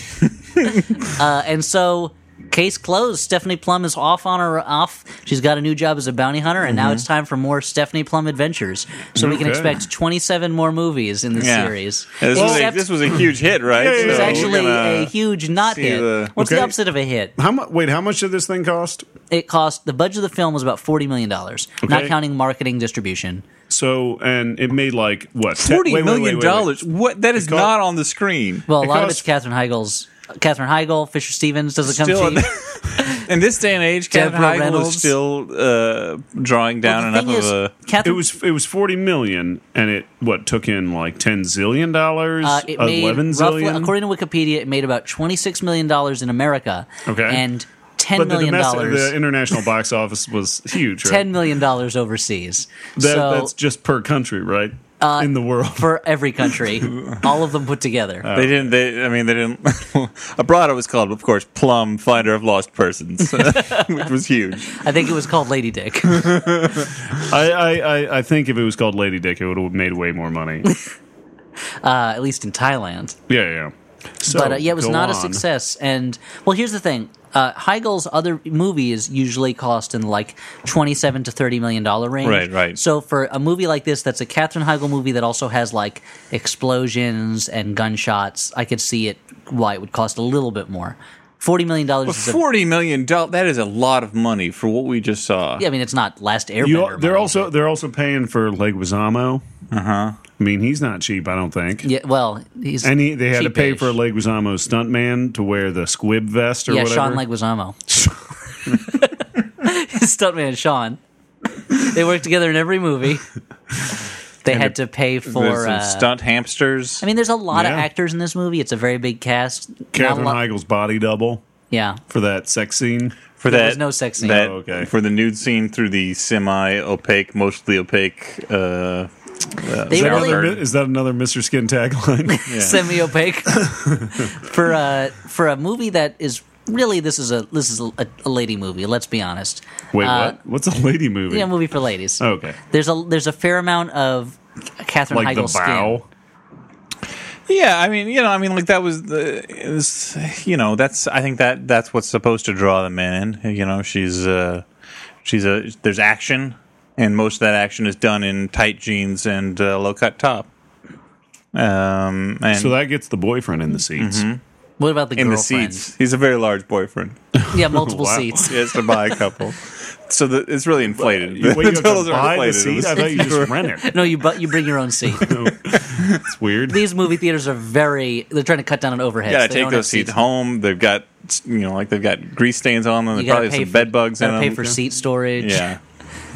Speaker 3: uh, and so, case closed. Stephanie Plum is off on her off. She's got a new job as a bounty hunter, and
Speaker 4: Mm-hmm.
Speaker 3: now it's time for more Stephanie Plum adventures. So we can
Speaker 2: Okay.
Speaker 3: expect 27 more movies in this
Speaker 4: Yeah.
Speaker 3: series.
Speaker 4: Yeah, This, was a,
Speaker 3: Except
Speaker 4: this was a huge hit, right?
Speaker 2: Yeah, yeah,
Speaker 3: it was
Speaker 2: So we're
Speaker 3: actually a huge not
Speaker 4: see
Speaker 3: hit.
Speaker 4: the-
Speaker 3: What's the
Speaker 2: Okay.
Speaker 3: opposite of a hit?
Speaker 2: How much? Wait, how much did this thing cost?
Speaker 3: It cost the budget of the film was about forty million dollars, not
Speaker 2: Okay.
Speaker 3: counting marketing distribution.
Speaker 2: So, and it made like what? te-
Speaker 4: Forty
Speaker 2: wait,
Speaker 4: million
Speaker 2: wait, wait, wait, wait.
Speaker 4: dollars. What? That is
Speaker 2: called-
Speaker 4: not on the screen.
Speaker 3: Well, a
Speaker 2: It
Speaker 3: lot of
Speaker 2: cost-
Speaker 3: it's Catherine Heigl's. Catherine Heigl, Fisher Stevens doesn't come
Speaker 4: Still-
Speaker 3: cheap.
Speaker 4: In this day and age,
Speaker 3: Deborah
Speaker 4: Catherine Heigl
Speaker 3: Reynolds.
Speaker 4: is still uh, drawing down
Speaker 3: The thing
Speaker 4: enough
Speaker 3: is,
Speaker 4: of a.
Speaker 2: It
Speaker 3: Catherine
Speaker 2: was it was forty million, and it what took in like ten zillion dollars,
Speaker 3: Uh, it made
Speaker 2: eleven
Speaker 3: roughly,
Speaker 2: zillion.
Speaker 3: according to Wikipedia, it made about twenty six million dollars in America,
Speaker 2: Okay.
Speaker 3: and ten
Speaker 2: but the,
Speaker 3: million
Speaker 2: domestic, the
Speaker 3: dollars,
Speaker 2: international box office was huge. Right?
Speaker 3: ten million dollars overseas.
Speaker 2: That,
Speaker 3: so Uh,
Speaker 2: that's just per country, right? In the world,
Speaker 3: for every country, all of them put together.
Speaker 2: Uh, Oh.
Speaker 4: They didn't. They, I mean, they didn't. abroad, it was called, of course, Plum Finder of Lost Persons, which was huge.
Speaker 3: I think it was called Lady Dick. uh,
Speaker 2: I, I, I, I think if it was called Lady Dick, it would have made way more money. yeah,
Speaker 3: uh, at least in Thailand.
Speaker 2: yeah. So,
Speaker 3: but uh, yeah, it was
Speaker 2: go
Speaker 3: not a
Speaker 2: on.
Speaker 3: success. And well, here's the thing: uh, Heigl's other movies usually cost in like twenty-seven to thirty million dollar range.
Speaker 4: Right, right.
Speaker 3: So for a movie like this, that's a Katherine Heigl movie that also has like explosions and gunshots, I could see it why it would cost a little bit more. Forty million dollars is a,
Speaker 4: Forty million dollars. That is a lot of money for what we just saw.
Speaker 3: yeah, I mean, it's not Last Airbender.
Speaker 2: You,
Speaker 3: money,
Speaker 2: they're also
Speaker 3: but- Uh-huh.
Speaker 2: they're also paying for Leguizamo. Uh huh. I mean, he's not cheap. I don't think.
Speaker 3: yeah. Well, he's
Speaker 2: And he, they had to pay
Speaker 3: cheapish.
Speaker 2: for Leguizamo's stuntman to wear the squib vest or
Speaker 3: yeah,
Speaker 2: whatever.
Speaker 3: Sean Leguizamo. His stuntman Sean. They worked together in every movie. They had to pay
Speaker 4: There's
Speaker 3: for.
Speaker 4: some
Speaker 3: Uh,
Speaker 4: stunt hamsters.
Speaker 3: I mean, there's a lot
Speaker 2: Yeah.
Speaker 3: of actors in this movie. It's a very big cast. Not
Speaker 2: Catherine
Speaker 3: a lot-
Speaker 2: Heigl's body double
Speaker 3: Yeah,
Speaker 2: for that sex scene.
Speaker 4: for
Speaker 3: there
Speaker 4: that,
Speaker 3: was no sex scene.
Speaker 4: that-
Speaker 2: Oh, okay.
Speaker 4: For the nude scene through the semi-opaque, mostly opaque uh,
Speaker 3: They
Speaker 2: Is that,
Speaker 3: really
Speaker 2: another, is that another Mr. Skin tagline?
Speaker 3: semi-opaque for a for a movie that is really this is a this is a, a lady movie. Let's be honest.
Speaker 2: Wait,
Speaker 3: Uh,
Speaker 2: what? What's a lady movie?
Speaker 3: Yeah, movie for ladies.
Speaker 2: Okay.
Speaker 3: There's a there's a fair amount of Catherine
Speaker 2: like the
Speaker 3: Heigl skin.
Speaker 2: bow.
Speaker 4: Yeah, I mean, you know, I mean, like that was the, it was, you know, that's I think that that's what's supposed to draw the men in. You know, she's uh, she's a there's action, and most of that action is done in tight jeans and uh, low cut top. Um, and
Speaker 2: So that gets the boyfriend in the seats.
Speaker 3: What about the
Speaker 4: in the
Speaker 3: girlfriend?
Speaker 4: seats, he's a very large boyfriend.
Speaker 3: Yeah, multiple
Speaker 2: Wow.
Speaker 3: seats.
Speaker 4: He has to buy a couple, so the, it's really inflated.
Speaker 2: You- wait, you
Speaker 4: the
Speaker 2: have to
Speaker 4: totals
Speaker 2: buy
Speaker 4: are
Speaker 2: the
Speaker 4: inflated. It
Speaker 2: seat?
Speaker 4: was-
Speaker 2: I thought you just rent it.
Speaker 3: No, you bu- you bring your own seat.
Speaker 2: It's weird.
Speaker 3: These movie theaters are very they're trying to cut down on overhead.
Speaker 4: You gotta
Speaker 3: They
Speaker 4: take
Speaker 3: don't have
Speaker 4: those seats home. They've got you know, like they've got grease stains on them.
Speaker 3: You
Speaker 4: There's
Speaker 3: gotta
Speaker 4: probably
Speaker 3: pay
Speaker 4: some
Speaker 3: for-
Speaker 4: bed bugs in
Speaker 3: Gotta
Speaker 4: them.
Speaker 3: pay for seat storage.
Speaker 4: Yeah.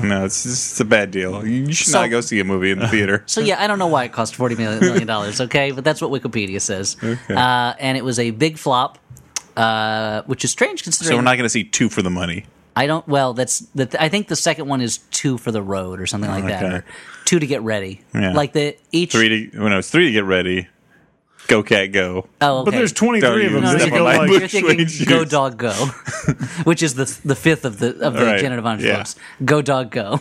Speaker 4: No, it's just it's a bad deal. You should
Speaker 3: So-
Speaker 4: not go see a movie in the theater.
Speaker 3: So yeah, I don't know why it cost forty million million dollars. Okay, but that's what Wikipedia says. Uh, and it was a big flop, uh, which is strange considering.
Speaker 4: So we're not going to see two for the money.
Speaker 3: I don't. Well, that's that. I think the second one is two for the road or something like that,
Speaker 4: Okay.
Speaker 3: or two to get ready.
Speaker 4: Yeah.
Speaker 3: Like the each.
Speaker 4: Three to when I was three to get ready. Go cat go.
Speaker 3: oh, okay.
Speaker 2: But there's 23 of
Speaker 4: Don't
Speaker 2: them.
Speaker 3: No,
Speaker 4: use
Speaker 2: They
Speaker 3: no,
Speaker 2: go
Speaker 3: you're,
Speaker 4: that one.
Speaker 2: like,
Speaker 3: you're
Speaker 4: Which way
Speaker 3: thinking
Speaker 4: to
Speaker 3: go
Speaker 4: choose.
Speaker 3: dog go, which is the the fifth of the of the
Speaker 4: Right. Mm-hmm.
Speaker 3: genitive envelopes. Go dog go.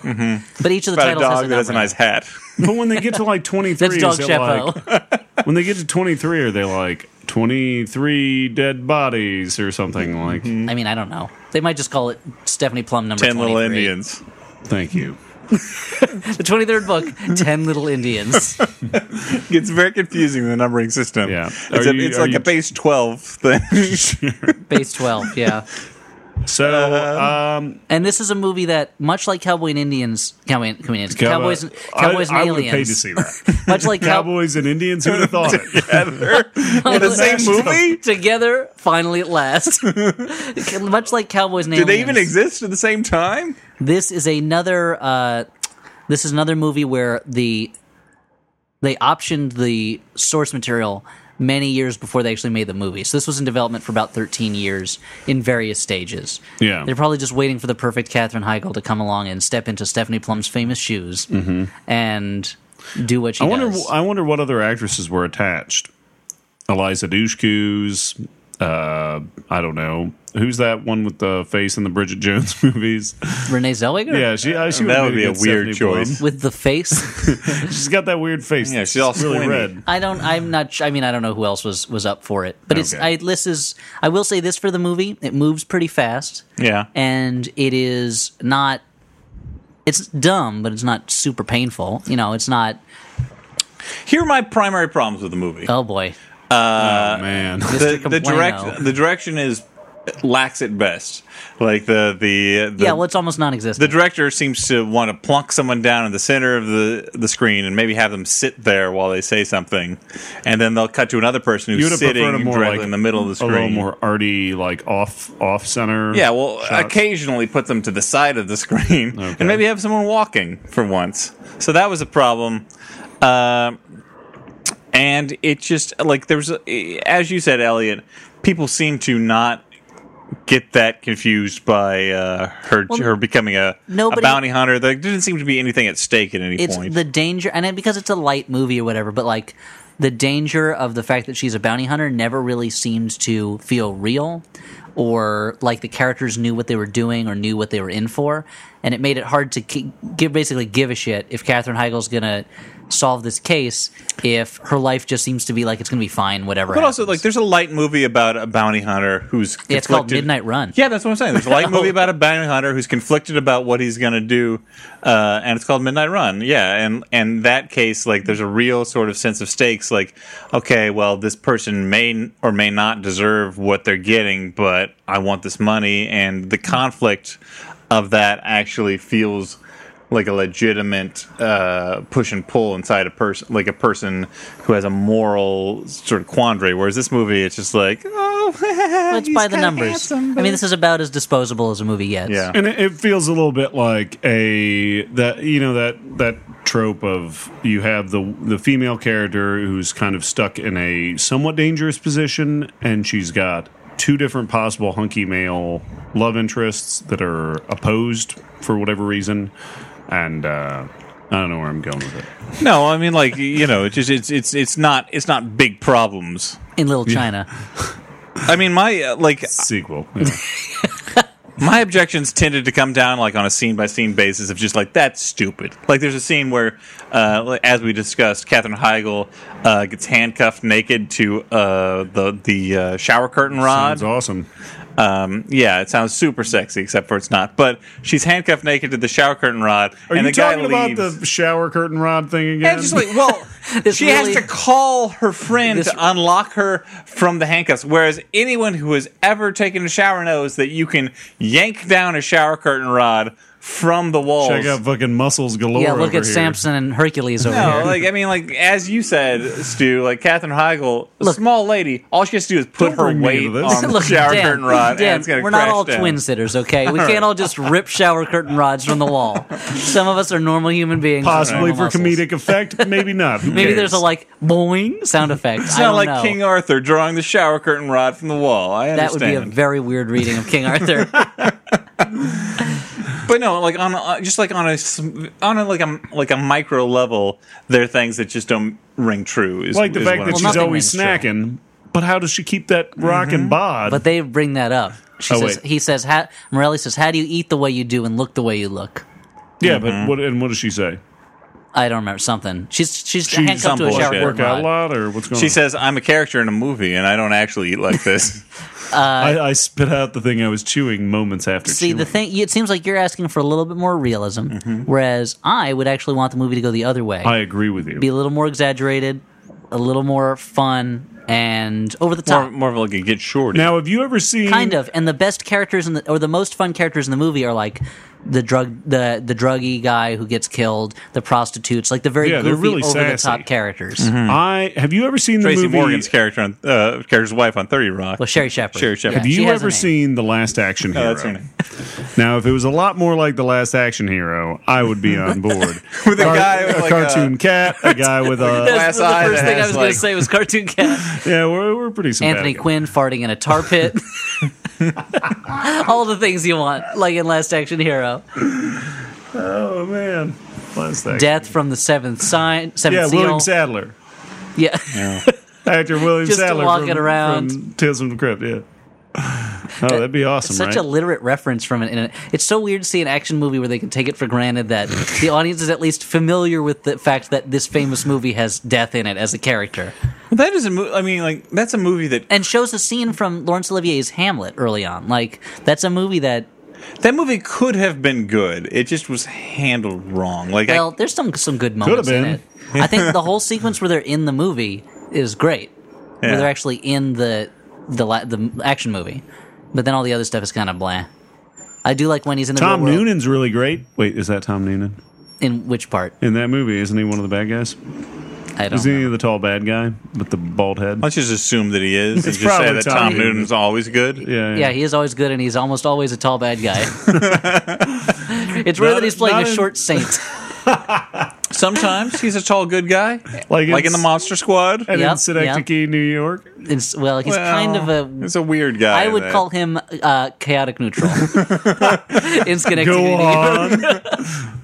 Speaker 3: But each of the
Speaker 4: About a
Speaker 3: titles has
Speaker 4: dog
Speaker 3: a
Speaker 4: that has a
Speaker 3: number.
Speaker 4: nice hat.
Speaker 2: but when they get to like 23,
Speaker 3: That's dog
Speaker 2: is it like,
Speaker 3: chapeau.
Speaker 2: when they get to 23, are they like 23 dead bodies or something like?
Speaker 4: Mm-hmm.
Speaker 3: I mean, I don't know. They might just call it Stephanie Plum number
Speaker 4: Ten little
Speaker 3: 23.
Speaker 4: Indians.
Speaker 2: Thank you.
Speaker 3: The twenty third book, Ten Little Indians.
Speaker 4: It's very confusing the numbering system.
Speaker 2: Yeah. Are
Speaker 4: It's, a,
Speaker 2: you-
Speaker 4: it's
Speaker 2: are
Speaker 4: like
Speaker 2: you-
Speaker 4: a base twelve thing.
Speaker 3: Base twelve, yeah.
Speaker 2: So,
Speaker 4: Uh,
Speaker 2: um,
Speaker 3: And this is a movie that, much like Cowboy and Indians, Cowboy, and- Cowboy and- Cowboys,
Speaker 2: I-
Speaker 3: Cowboys
Speaker 2: I,
Speaker 3: and
Speaker 2: would have paid to
Speaker 3: Aliens,
Speaker 2: see that.
Speaker 3: much like Cowboys
Speaker 2: Cowboys and Indians. Who'd have thought it?
Speaker 4: together in the same movie?
Speaker 3: together, finally at last, much like Cowboys and
Speaker 4: Do
Speaker 3: Aliens,
Speaker 4: they even exist at the same time?
Speaker 3: This is another. Uh, this is another movie where the they optioned the source material many years before they actually made the movie. So this was in development for about 13 years in various stages.
Speaker 2: Yeah.
Speaker 3: They're probably just waiting for the perfect Katherine Heigl to come along and step into Stephanie Plum's famous shoes and do what she
Speaker 2: Mm-hmm. I wonder.
Speaker 3: does.
Speaker 2: I wonder what other actresses were attached. Eliza Dushku's. Uh, I don't know who's that one with the face in the Bridget Jones movies.
Speaker 3: Renee Zellweger?
Speaker 2: Yeah, she. I, she
Speaker 4: That
Speaker 2: would've
Speaker 4: would be
Speaker 2: made
Speaker 4: a
Speaker 2: good
Speaker 4: weird
Speaker 2: Stephanie Plum.
Speaker 4: choice.
Speaker 3: With the face,
Speaker 2: She's got that weird face.
Speaker 4: Yeah,
Speaker 2: that's
Speaker 4: she's all
Speaker 2: really
Speaker 4: squinty.
Speaker 2: red.
Speaker 3: I don't. I'm not. sh- I mean, I don't know who else was was up for it. But it's.
Speaker 2: Okay.
Speaker 3: I this is. I will say this for the movie. It moves pretty fast.
Speaker 4: Yeah.
Speaker 3: and it is not it's dumb but it's not super painful you know it's not
Speaker 4: Here are my primary problems with the movie.
Speaker 3: oh boy
Speaker 4: Uh,
Speaker 2: Oh, man,
Speaker 4: the,
Speaker 3: Mr.
Speaker 4: the
Speaker 3: Complaino.
Speaker 4: direct the direction is lacks at best. Like the the, the
Speaker 3: yeah well it's almost
Speaker 4: the
Speaker 3: non-existent
Speaker 4: director seems to want to plunk someone down in the center of the, the screen and maybe have them sit there while they say something, and then they'll cut to another person
Speaker 2: You would
Speaker 4: who's
Speaker 2: have
Speaker 4: sitting
Speaker 2: preferred a more
Speaker 4: directly
Speaker 2: like
Speaker 4: in the middle of the
Speaker 2: a
Speaker 4: screen.
Speaker 2: little more arty, like off off center.
Speaker 4: yeah, well, uh,
Speaker 2: shots.
Speaker 4: occasionally put them to the side of the screen
Speaker 2: Okay.
Speaker 4: and maybe have someone walking for once. So that was a problem. Um and it just like there's a- as you said, Elliot, people seem to not get that confused by uh, her her becoming a,
Speaker 3: nobody-
Speaker 4: a bounty hunter. There didn't seem to be anything at stake at any
Speaker 3: it's
Speaker 4: point.
Speaker 3: the danger and it, because it's a light movie or whatever but like the danger of the fact that she's a bounty hunter never really seemed to feel real or like the characters knew what they were doing or knew what they were in for and it made it hard to ki- give basically give a shit if Katherine Heigl's gonna solve this case if her life just seems to be like it's gonna be fine whatever
Speaker 4: but also,
Speaker 3: happens.
Speaker 4: like, there's a light movie about a bounty hunter who's
Speaker 3: Yeah, it's called
Speaker 4: conflicted-
Speaker 3: Midnight Run.
Speaker 4: Yeah, that's what I'm saying. There's a light movie about a bounty hunter who's conflicted about what he's going to do, uh, and it's called Midnight Run. Yeah, and and that case, like, there's a real sort of sense of stakes. Like, okay, well, this person may n- or may not deserve what they're getting, but I want this money, and the conflict of that actually feels like a legitimate uh, push and pull inside a person, like a person who has a moral sort of quandary. Whereas this movie, it's just like, oh,
Speaker 3: Let's
Speaker 4: he's
Speaker 3: buy the
Speaker 4: kinda
Speaker 3: numbers.
Speaker 4: handsome,
Speaker 3: I mean,
Speaker 4: but-
Speaker 3: this is about as disposable as a movie gets.
Speaker 4: Yeah.
Speaker 2: and it, it feels a little bit like a that you know that that trope of you have the the female character who's kind of stuck in a somewhat dangerous position and she's got two different possible hunky male love interests that are opposed for whatever reason and uh I don't know where I'm going with it.
Speaker 4: No, I mean like you know, it's just it's it's it's not it's not big problems.
Speaker 3: in Little China.
Speaker 4: I mean my uh, like
Speaker 2: Sequel. yeah.
Speaker 4: my objections tended to come down like on a scene by scene basis of just like that's stupid. Like there's a scene where, uh, like, as we discussed, Katherine Heigl uh, gets handcuffed naked to uh, the the uh, shower curtain rod.
Speaker 2: Sounds awesome.
Speaker 4: Um, yeah, it sounds super sexy, except for it's not. But she's handcuffed naked to the shower curtain rod,
Speaker 2: Are
Speaker 4: and
Speaker 2: you
Speaker 4: the guy
Speaker 2: talking
Speaker 4: leaves.
Speaker 2: about the shower curtain rod thing again?
Speaker 4: And just like, well,
Speaker 3: This
Speaker 4: she
Speaker 3: really-
Speaker 4: has to call her friend
Speaker 3: This-
Speaker 4: to unlock her from the handcuffs. Whereas anyone who has ever taken a shower knows that you can yank down a shower curtain rod from the walls.
Speaker 2: Check out fucking muscles galore.
Speaker 3: yeah, look
Speaker 2: over here.
Speaker 3: at Samson and Hercules over
Speaker 4: No,
Speaker 3: here.
Speaker 4: like I mean, like as you said, Stu, like Katherine Heigl, a
Speaker 3: Look-
Speaker 4: small lady, all she has to do is put
Speaker 2: Don't
Speaker 4: her
Speaker 2: bring me
Speaker 4: weight
Speaker 2: into this.
Speaker 4: on the
Speaker 3: Look,
Speaker 4: shower
Speaker 3: Dan,
Speaker 4: curtain rod,
Speaker 3: Dan,
Speaker 4: and it's gonna
Speaker 3: we're not
Speaker 4: crash
Speaker 3: all
Speaker 4: down.
Speaker 3: twin sitters, okay? We can't all just rip shower curtain rods from the wall. Some of us are normal human beings. with
Speaker 2: Possibly
Speaker 3: normal
Speaker 2: for
Speaker 3: muscles.
Speaker 2: comedic effect, maybe not. Who
Speaker 3: Maybe
Speaker 2: cares?
Speaker 3: there's a like boing sound effect.
Speaker 4: It's
Speaker 3: I
Speaker 4: not
Speaker 3: don't
Speaker 4: like
Speaker 3: know.
Speaker 4: King Arthur drawing the shower curtain rod from the wall. I
Speaker 3: that would
Speaker 4: understand.
Speaker 3: be a very weird reading of King Arthur.
Speaker 4: but no, like on a, uh, just like on a s- on a like a like a micro level, there are things that just don't ring true. Is,
Speaker 2: like the
Speaker 4: is
Speaker 2: fact
Speaker 4: what I'm
Speaker 2: that
Speaker 4: saying.
Speaker 2: she's
Speaker 3: nothing
Speaker 2: always
Speaker 3: rings true.
Speaker 2: snacking. But how does she keep that rockin' bod?
Speaker 3: Mm-hmm. but they bring that up. She
Speaker 2: Oh,
Speaker 3: says,
Speaker 2: wait.
Speaker 3: he says, how, Morelli says, how do you eat the way you do and look the way you look?
Speaker 2: yeah,
Speaker 3: mm-hmm.
Speaker 2: but what and what does she say?
Speaker 3: I don't remember something. She's she's
Speaker 4: She's some
Speaker 3: handcuffed to a shower
Speaker 4: bullshit.
Speaker 3: curtain
Speaker 2: Work out a
Speaker 3: rod.
Speaker 2: lot or what's going
Speaker 4: she
Speaker 2: on?
Speaker 4: says, "I'm a character in a movie, and I don't actually eat like this."
Speaker 2: I, I spit out the thing I was chewing moments after.
Speaker 3: See the
Speaker 2: chewing.
Speaker 3: thing. It seems like you're asking for a little bit more realism, whereas I would actually want the movie to go the other way,
Speaker 2: Mm-hmm. I agree with you.
Speaker 3: be a little more exaggerated, a little more fun, and over the
Speaker 4: more,
Speaker 3: top,
Speaker 4: more of like a get shorty.
Speaker 2: now, have you ever seen
Speaker 3: kind of. And the best characters in the or the most fun characters in the movie are like the drug the the druggy guy who gets killed, the prostitutes, like the very
Speaker 2: Yeah, they're
Speaker 3: goofy
Speaker 2: really
Speaker 3: over the
Speaker 2: sassy. Mm-hmm.
Speaker 3: top characters.
Speaker 2: I have you ever seen
Speaker 4: Tracy
Speaker 2: the movie?
Speaker 4: Morgan's character on uh, character's wife on Thirty Rock.
Speaker 3: Well, Sherry Shepherd.
Speaker 4: Sherry Shepherd.
Speaker 2: Have
Speaker 3: she
Speaker 2: you
Speaker 3: has
Speaker 2: ever
Speaker 3: a name.
Speaker 2: seen The Last Action Hero?
Speaker 4: Oh, that's her name.
Speaker 2: Now, if it was a lot more like The Last Action Hero, I would be on board.
Speaker 4: With a guy with
Speaker 2: a
Speaker 4: like
Speaker 2: cartoon cat, a guy with a
Speaker 3: That's
Speaker 4: Glass
Speaker 3: the
Speaker 4: eye
Speaker 3: first
Speaker 4: that
Speaker 3: thing I
Speaker 4: has,
Speaker 3: was going
Speaker 4: like-
Speaker 3: to say was cartoon cat.
Speaker 2: yeah. We're, we're pretty sympathetic.
Speaker 3: Anthony Quinn farting in a tar pit. All the things you want, like in Last Action Hero.
Speaker 2: Oh man, Last Action.
Speaker 3: Death from the Seventh Sign, Seventh
Speaker 2: yeah,
Speaker 3: Seal.
Speaker 2: William Sadler,
Speaker 3: yeah,
Speaker 2: actor William
Speaker 3: Just
Speaker 2: Sadler,
Speaker 3: walking
Speaker 2: from,
Speaker 3: around.
Speaker 2: from Tales from the Crypt. Yeah. Oh, that'd be awesome,
Speaker 3: such a
Speaker 2: right?
Speaker 3: literate reference from an. in a- It's so weird to see an action movie where they can take it for granted that the audience is at least familiar with the fact that this famous movie has death in it as a character,
Speaker 4: Well, that is a mo- I mean, like that's a movie that
Speaker 3: and shows a scene from Laurence Olivier's Hamlet early on. Like that's a movie that
Speaker 4: that movie could have been good. It just was handled wrong. Like
Speaker 3: Well, there's some some good moments in
Speaker 2: been.
Speaker 3: it. I think the whole sequence where they're in the movie is great. Where
Speaker 4: Yeah.
Speaker 3: they're actually in the the la- the action movie, but then all the other stuff is kind of blah. I do like when he's in the
Speaker 2: Tom
Speaker 3: real world.
Speaker 2: Noonan's really great. Wait, is that Tom Noonan
Speaker 3: In which part?
Speaker 2: in that movie? Isn't he one of the bad guys?
Speaker 3: I don't.
Speaker 2: Is he
Speaker 3: Know. Oh,
Speaker 2: the tall bad guy with the bald head?
Speaker 4: I, let's just assume that he is. and
Speaker 2: It's
Speaker 4: just say
Speaker 2: probably
Speaker 4: that
Speaker 2: Tom
Speaker 4: Tom,
Speaker 2: Newton.
Speaker 4: Newton's always good.
Speaker 2: Yeah,
Speaker 3: Yeah, he is always good, and he's almost always a tall bad guy. it's rare
Speaker 2: Not-
Speaker 3: that he's playing
Speaker 2: not
Speaker 3: a
Speaker 2: in-
Speaker 3: short saint.
Speaker 4: Sometimes he's a tall good guy,
Speaker 2: Like
Speaker 4: like,
Speaker 2: it's-
Speaker 4: in the Monster Squad.
Speaker 2: and
Speaker 3: Yep,
Speaker 2: in Synecdoche, New York.
Speaker 3: It's, well, he's
Speaker 4: Well,
Speaker 3: kind of a.
Speaker 4: He's a weird guy.
Speaker 3: I would
Speaker 4: that-
Speaker 3: call him uh, chaotic neutral. in Schenectady, New
Speaker 2: Go
Speaker 3: York.
Speaker 2: on.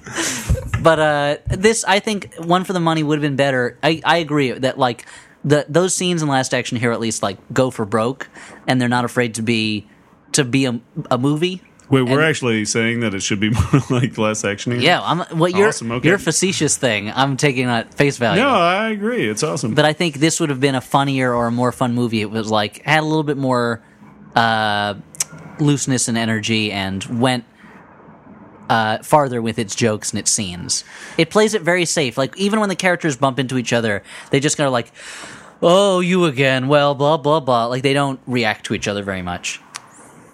Speaker 3: But uh, this, I think, one for the money would have been better. I, I agree that like the those scenes in Last Action Hero at least like go for broke, and they're not afraid to be to be a, a movie.
Speaker 2: Wait, we're
Speaker 3: And-
Speaker 2: actually saying that it should be more like less action. here?
Speaker 3: Yeah, I'm what your
Speaker 2: Oh, Awesome, okay.
Speaker 3: your facetious thing. I'm taking at face value.
Speaker 2: No, I agree. It's awesome.
Speaker 3: But I think this would have been a funnier or a more fun movie. It was like had a little bit more uh, looseness and energy, and went uh, farther with its jokes and its scenes. It plays it very safe. Like even when the characters bump into each other, they just kind of like, "Oh, you again?" Well, blah blah blah. Like they don't react to each other very much.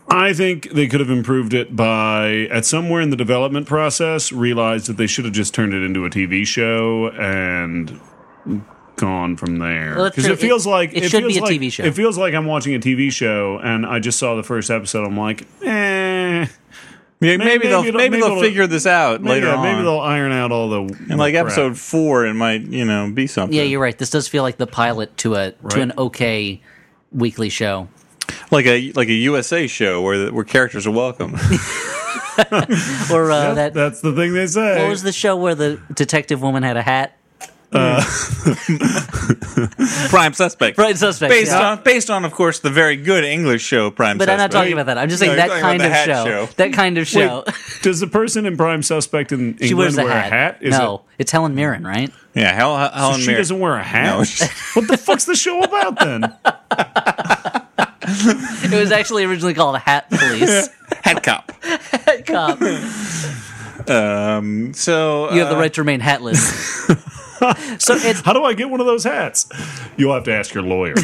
Speaker 2: I think they could have improved it by at somewhere in the development process realized that they should have just turned it into a TV show and gone from there
Speaker 3: Well, that's
Speaker 2: because
Speaker 3: true.
Speaker 2: it feels
Speaker 3: It-
Speaker 2: like
Speaker 3: it should
Speaker 2: feels
Speaker 3: be a
Speaker 2: like-
Speaker 3: TV show.
Speaker 2: It feels like I'm watching a TV show and I just saw the first episode. I'm like, eh.
Speaker 4: Yeah, maybe,
Speaker 2: maybe
Speaker 4: they'll
Speaker 2: it'll-
Speaker 4: maybe,
Speaker 2: maybe
Speaker 4: they'll
Speaker 2: it'll-
Speaker 4: figure this out
Speaker 2: Maybe,
Speaker 4: later
Speaker 2: yeah,
Speaker 4: on.
Speaker 2: maybe they'll iron out all the
Speaker 4: and like
Speaker 2: crap.
Speaker 4: episode four, it might you know be something.
Speaker 3: Yeah, you're right. This does feel like the pilot to a to
Speaker 2: Right.
Speaker 3: an okay weekly show.
Speaker 4: like a like a USA show where the, where characters are welcome.
Speaker 3: or uh, that
Speaker 2: That's the thing they say.
Speaker 3: what was the show where the detective woman had a hat?
Speaker 4: Prime Suspect.
Speaker 3: Prime Suspect,
Speaker 4: Based
Speaker 3: yeah.
Speaker 4: on, based on, of course, the very good English show Prime
Speaker 3: But I'm not
Speaker 4: Suspect.
Speaker 3: talking about that. I'm just
Speaker 4: No,
Speaker 3: saying
Speaker 4: you're
Speaker 3: that
Speaker 4: talking
Speaker 3: kind
Speaker 4: about
Speaker 3: of
Speaker 4: the
Speaker 3: show,
Speaker 4: hat show.
Speaker 3: That kind of show.
Speaker 2: Does the person in Prime Suspect in
Speaker 3: she wears
Speaker 2: England wear a hat? Is
Speaker 3: no, it's Helen Mirren, right?
Speaker 4: Yeah, Hel- Hel-
Speaker 2: it,
Speaker 4: Helen
Speaker 2: so she
Speaker 4: Mirren.
Speaker 2: doesn't wear a hat.
Speaker 4: No.
Speaker 2: what the fuck's the show about then?
Speaker 3: It was actually originally called Hat Police.
Speaker 4: Head cop.
Speaker 3: Cop. You
Speaker 4: Um, so
Speaker 3: have the right to remain hatless. so it's
Speaker 2: How do I get one of those hats? You'll have to ask your lawyer.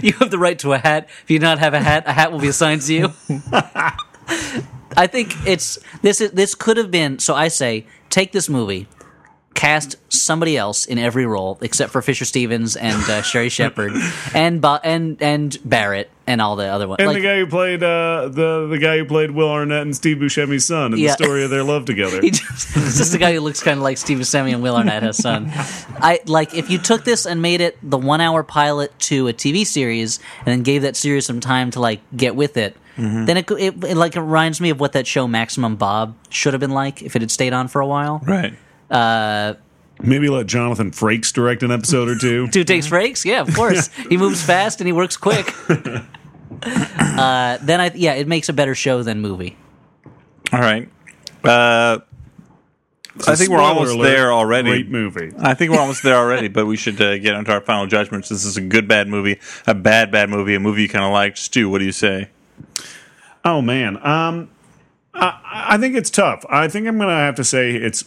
Speaker 3: you have the right to a hat. If you do not have a hat, a hat will be assigned to you. I think it's this is this could have been so I say take this movie cast somebody else in every role except for Fisher Stevens and uh, Sherry Shepard and Bo- and and Barrett and all the other ones
Speaker 2: And
Speaker 3: Like,
Speaker 2: the guy who played uh, the the guy who played Will Arnett and Steve Buscemi's son in
Speaker 3: Yeah.
Speaker 2: the story of their love together.
Speaker 3: He just, it's just a guy who looks kind of like Steve Buscemi and Will Arnett, his son. I like if you took this and made it the one-hour pilot to a TV series, and then gave that series some time to like get with it. Then it, cou- it it like reminds me of what that show Maximum Bob should have been like if it had stayed on for a while.
Speaker 4: Right.
Speaker 2: Maybe let Jonathan Frakes direct an episode or two.
Speaker 3: Dude takes breaks, yeah, of course. he moves fast and he works quick. uh, then I yeah, it makes a better show than movie.
Speaker 4: All right. Uh, I think we're
Speaker 2: Spoiler
Speaker 4: almost
Speaker 2: alert,
Speaker 4: there already.
Speaker 2: Great movie.
Speaker 4: I think we're almost there already, but we should uh, get into our final judgments. This is a good bad movie, a bad bad movie, a movie you kind of liked. Stu, what do you say?
Speaker 2: Oh man, um, I, I think it's tough. I think I'm gonna have to say it's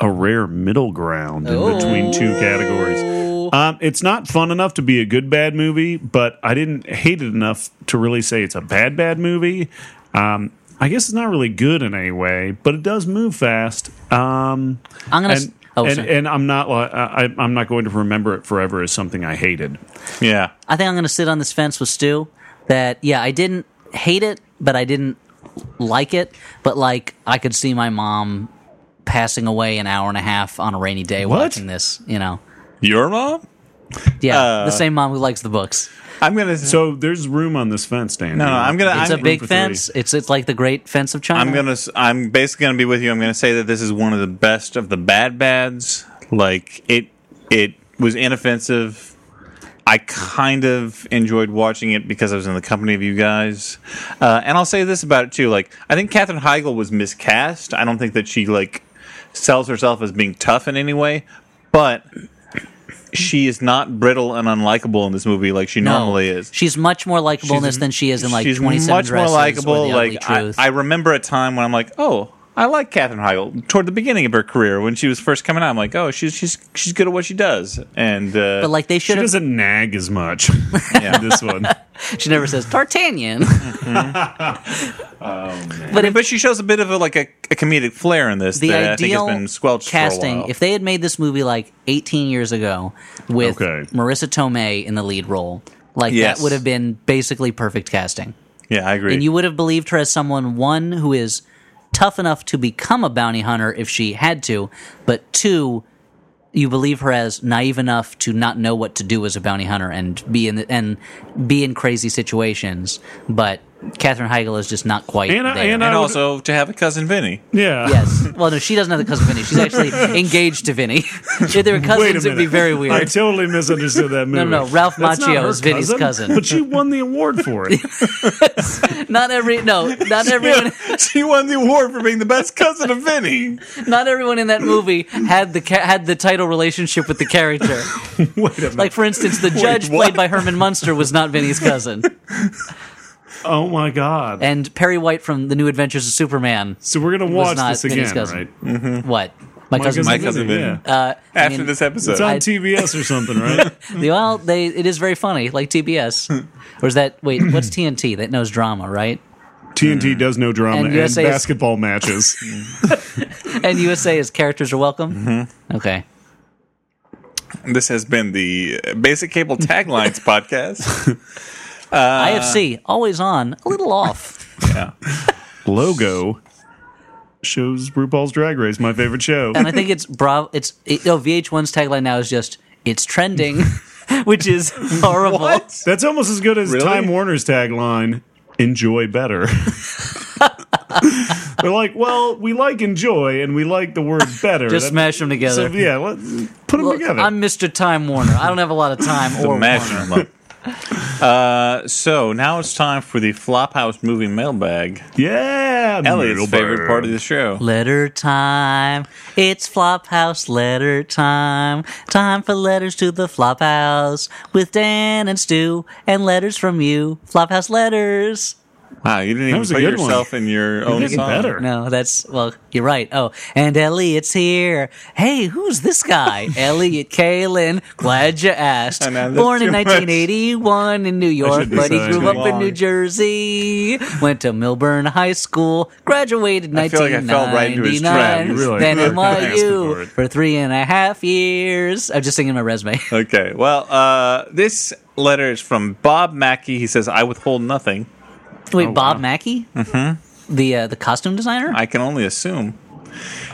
Speaker 2: a rare middle ground in
Speaker 3: Oh.
Speaker 2: between two categories. Um, it's not fun enough to be a good bad movie, but I didn't hate it enough to really say it's a bad bad movie. Um, I guess it's not really good in any way, but it does move fast. Um,
Speaker 3: I'm gonna. s-
Speaker 2: and
Speaker 3: oh,
Speaker 2: and,
Speaker 3: sorry.
Speaker 2: and I'm not li- I, I- I'm not going to remember it forever as something I hated.
Speaker 4: Yeah.
Speaker 3: I think I'm going to sit on this fence with Stu. That yeah, I didn't hate it, but I didn't like it. But like, I could see my mom passing away an hour and a half on a rainy day
Speaker 2: What?
Speaker 3: watching this. You know,
Speaker 4: Your mom?
Speaker 3: yeah,
Speaker 4: Uh,
Speaker 3: the same mom who likes the books.
Speaker 4: I'm gonna. So,
Speaker 2: So there's room on this fence, Dan.
Speaker 4: no, no, I'm gonna.
Speaker 3: It's
Speaker 4: I'm,
Speaker 3: a big
Speaker 2: for three.
Speaker 3: fence. It's it's like the Great Fence of China.
Speaker 4: I'm gonna. s- I'm basically gonna be with you. I'm gonna say that this is one of the best of the bad bads. Like it. It was inoffensive. I kind of enjoyed watching it because I was in the company of you guys. Uh, and I'll say this about it too: like I think Katherine Heigl was miscast. I don't think that she like sells herself as being tough in any way, but she is not brittle and unlikable in this movie like she
Speaker 3: No.
Speaker 4: normally is.
Speaker 3: She's much more likable in this than she is in like
Speaker 4: she's
Speaker 3: 27
Speaker 4: much more
Speaker 3: Dresses or
Speaker 4: likable.
Speaker 3: The
Speaker 4: Like
Speaker 3: Ugly
Speaker 4: I,
Speaker 3: Truth.
Speaker 4: I remember a time when I'm like, oh, I like Katherine Heigl toward the beginning of her career when she was first coming out. I'm like, oh, she's she's she's good at what she does, and uh,
Speaker 3: but like they
Speaker 2: She
Speaker 3: should have.
Speaker 2: doesn't nag as much. in this one.
Speaker 3: She never says Tartanian. But if
Speaker 4: but she shows a bit of a, like a, a comedic flair in this
Speaker 3: the
Speaker 4: that I think
Speaker 3: ideal
Speaker 4: has been squelched for a
Speaker 3: casting
Speaker 4: while.
Speaker 3: if they had made this movie like 18 years ago with
Speaker 2: Okay.
Speaker 3: marissa tomei in the lead role like
Speaker 4: Yes.
Speaker 3: that would have been basically perfect casting
Speaker 4: yeah, I agree.
Speaker 3: and you would have believed her as someone one who is tough enough to become a bounty hunter if she had to but two you believe her as naive enough to not know what to do as a bounty hunter and be in the, and be in crazy situations but Katherine Heigl is just not quite
Speaker 2: And I-
Speaker 3: there.
Speaker 2: and I
Speaker 4: and
Speaker 2: would-
Speaker 4: also to have a cousin Vinny.
Speaker 2: Yeah.
Speaker 3: Yes. Well, no, she doesn't have the cousin Vinny. She's actually engaged to Vinny. if they were
Speaker 2: Wait a
Speaker 3: cousins,
Speaker 2: minute.
Speaker 3: it'd be very
Speaker 2: I
Speaker 3: weird.
Speaker 2: totally misunderstood that movie.
Speaker 3: no, Ralph
Speaker 2: That's not
Speaker 3: Macchio
Speaker 2: her
Speaker 3: is Vinny's cousin.
Speaker 2: But she won the award for it.
Speaker 3: not every no, not everyone,
Speaker 4: she won the award for being the best cousin of Vinny.
Speaker 3: not everyone in that movie had the ca- had the title relationship with the character.
Speaker 2: Wait a minute.
Speaker 3: Like for instance, the judge
Speaker 4: what?
Speaker 3: played by Herman Munster was not Vinny's cousin,
Speaker 2: oh my god.
Speaker 3: and Perry White from The New Adventures of Superman.
Speaker 2: So we're gonna
Speaker 3: was
Speaker 2: watch
Speaker 3: not
Speaker 2: this
Speaker 3: Vinny's
Speaker 2: again,
Speaker 3: cousin.
Speaker 2: right? Hmm.
Speaker 3: What? My, cousin.
Speaker 4: My
Speaker 3: Vinny.
Speaker 4: Cousin Vinny.
Speaker 2: yeah.
Speaker 4: After
Speaker 3: mean,
Speaker 4: this episode,
Speaker 2: It's on
Speaker 3: I-
Speaker 2: TBS or something, right?
Speaker 3: Well, they it is very funny, like
Speaker 2: Hmm.
Speaker 3: TBS. or is that wait? What's TNT? That knows drama, right?
Speaker 2: TNT does no drama
Speaker 3: And
Speaker 2: and,
Speaker 3: USA is-
Speaker 2: basketball matches.
Speaker 3: And USA is characters are welcome.
Speaker 2: Mm-hmm.
Speaker 3: Okay.
Speaker 4: this has been the uh, Basic Cable Taglines podcast.
Speaker 3: IFC always on, Uh, a little off.
Speaker 4: Yeah.
Speaker 2: Logo shows RuPaul's Drag Race, my favorite show.
Speaker 3: And I think it's Bravo. It's it, no VH1's tagline now is just "It's trending," which is horrible.
Speaker 2: That's almost as good as
Speaker 4: Really?
Speaker 2: Time Warner's tagline. Enjoy better. They're like, well, we like enjoy and we like the word better.
Speaker 3: Just
Speaker 2: That-
Speaker 3: smash them
Speaker 2: So,
Speaker 3: together.
Speaker 2: yeah, let's put them
Speaker 3: Look,
Speaker 2: together.
Speaker 3: I'm Mr. Time Warner. I don't have a lot of time or Warner.
Speaker 4: Imagine them up. Uh, so now it's time for the Flophouse movie mailbag.
Speaker 2: yeah,
Speaker 4: Elliot's
Speaker 2: Middleburg.
Speaker 4: favorite part of the show.
Speaker 3: Letter time. It's Flophouse letter time. Time for letters to the Flophouse with Dan and Stu and letters from you. Flophouse letters.
Speaker 4: Wow, you didn't even
Speaker 2: was a
Speaker 4: put
Speaker 2: good one.
Speaker 4: yourself in your own
Speaker 2: getting
Speaker 4: song.
Speaker 2: better.
Speaker 3: No, that's well, you're right. Oh, and Elliot's here. Hey, who's this guy? Elliot Kalin. Glad you asked.
Speaker 4: I know, that's
Speaker 3: Born in
Speaker 4: too much.
Speaker 3: 1981 in New York,
Speaker 2: should be
Speaker 3: but he
Speaker 2: saying
Speaker 3: grew
Speaker 2: too
Speaker 3: up in
Speaker 4: long.
Speaker 3: New Jersey. Went to Milburn High School. Graduated
Speaker 4: I feel like I fell right into his
Speaker 3: 1999.
Speaker 4: trap.
Speaker 2: You really-
Speaker 3: then
Speaker 2: you really asked for
Speaker 3: NYU
Speaker 2: it.
Speaker 3: for three and a half years. I'm just singing my resume.
Speaker 4: Okay, well, uh, this letter is from Bob Mackey. He says, I withhold nothing.
Speaker 3: Wait, Bob Mackey, mm-hmm. the uh, the costume designer.
Speaker 4: oh, I can only assume.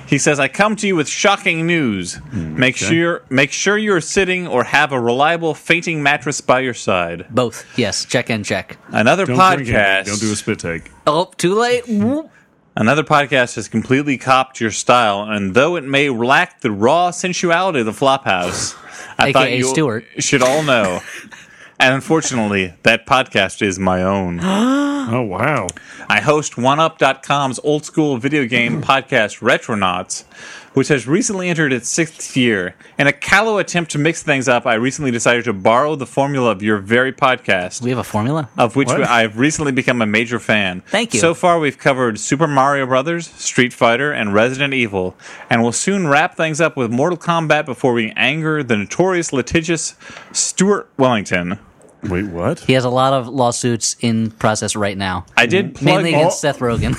Speaker 4: He says, "I come to you with shocking news.
Speaker 2: Hmm,
Speaker 4: make sure make sure you're sitting or have a reliable fainting mattress by your side.
Speaker 3: Both. Yes. Check and check.
Speaker 4: Another
Speaker 2: Don't drink
Speaker 4: podcast.
Speaker 2: it. Don't do a spit take.
Speaker 3: Oh, too late. Whoop.
Speaker 4: Another podcast has completely copped your style, and though it may lack the raw sensuality of the Flophouse, I
Speaker 3: AKA
Speaker 4: thought you
Speaker 3: Stewart.
Speaker 4: should all know. and unfortunately, that podcast is my own.
Speaker 2: Oh wow,
Speaker 4: I host OneUp.com's old school video game podcast Retronauts, which has recently entered its sixth year. In a callow attempt to mix things up, I recently decided to borrow the formula of your very podcast.
Speaker 3: We have a formula.
Speaker 4: Of which
Speaker 2: What?
Speaker 4: I've recently become a major fan.
Speaker 3: Thank you.
Speaker 4: So far, we've covered Super Mario Brothers, Street Fighter, and Resident Evil, and we'll soon wrap things up with Mortal Kombat before we anger the notorious litigious Stuart Wellington.
Speaker 2: wait, what?
Speaker 3: He has a lot of lawsuits in process right now,
Speaker 4: I did plug
Speaker 3: mainly
Speaker 4: all-
Speaker 3: against Seth Rogen.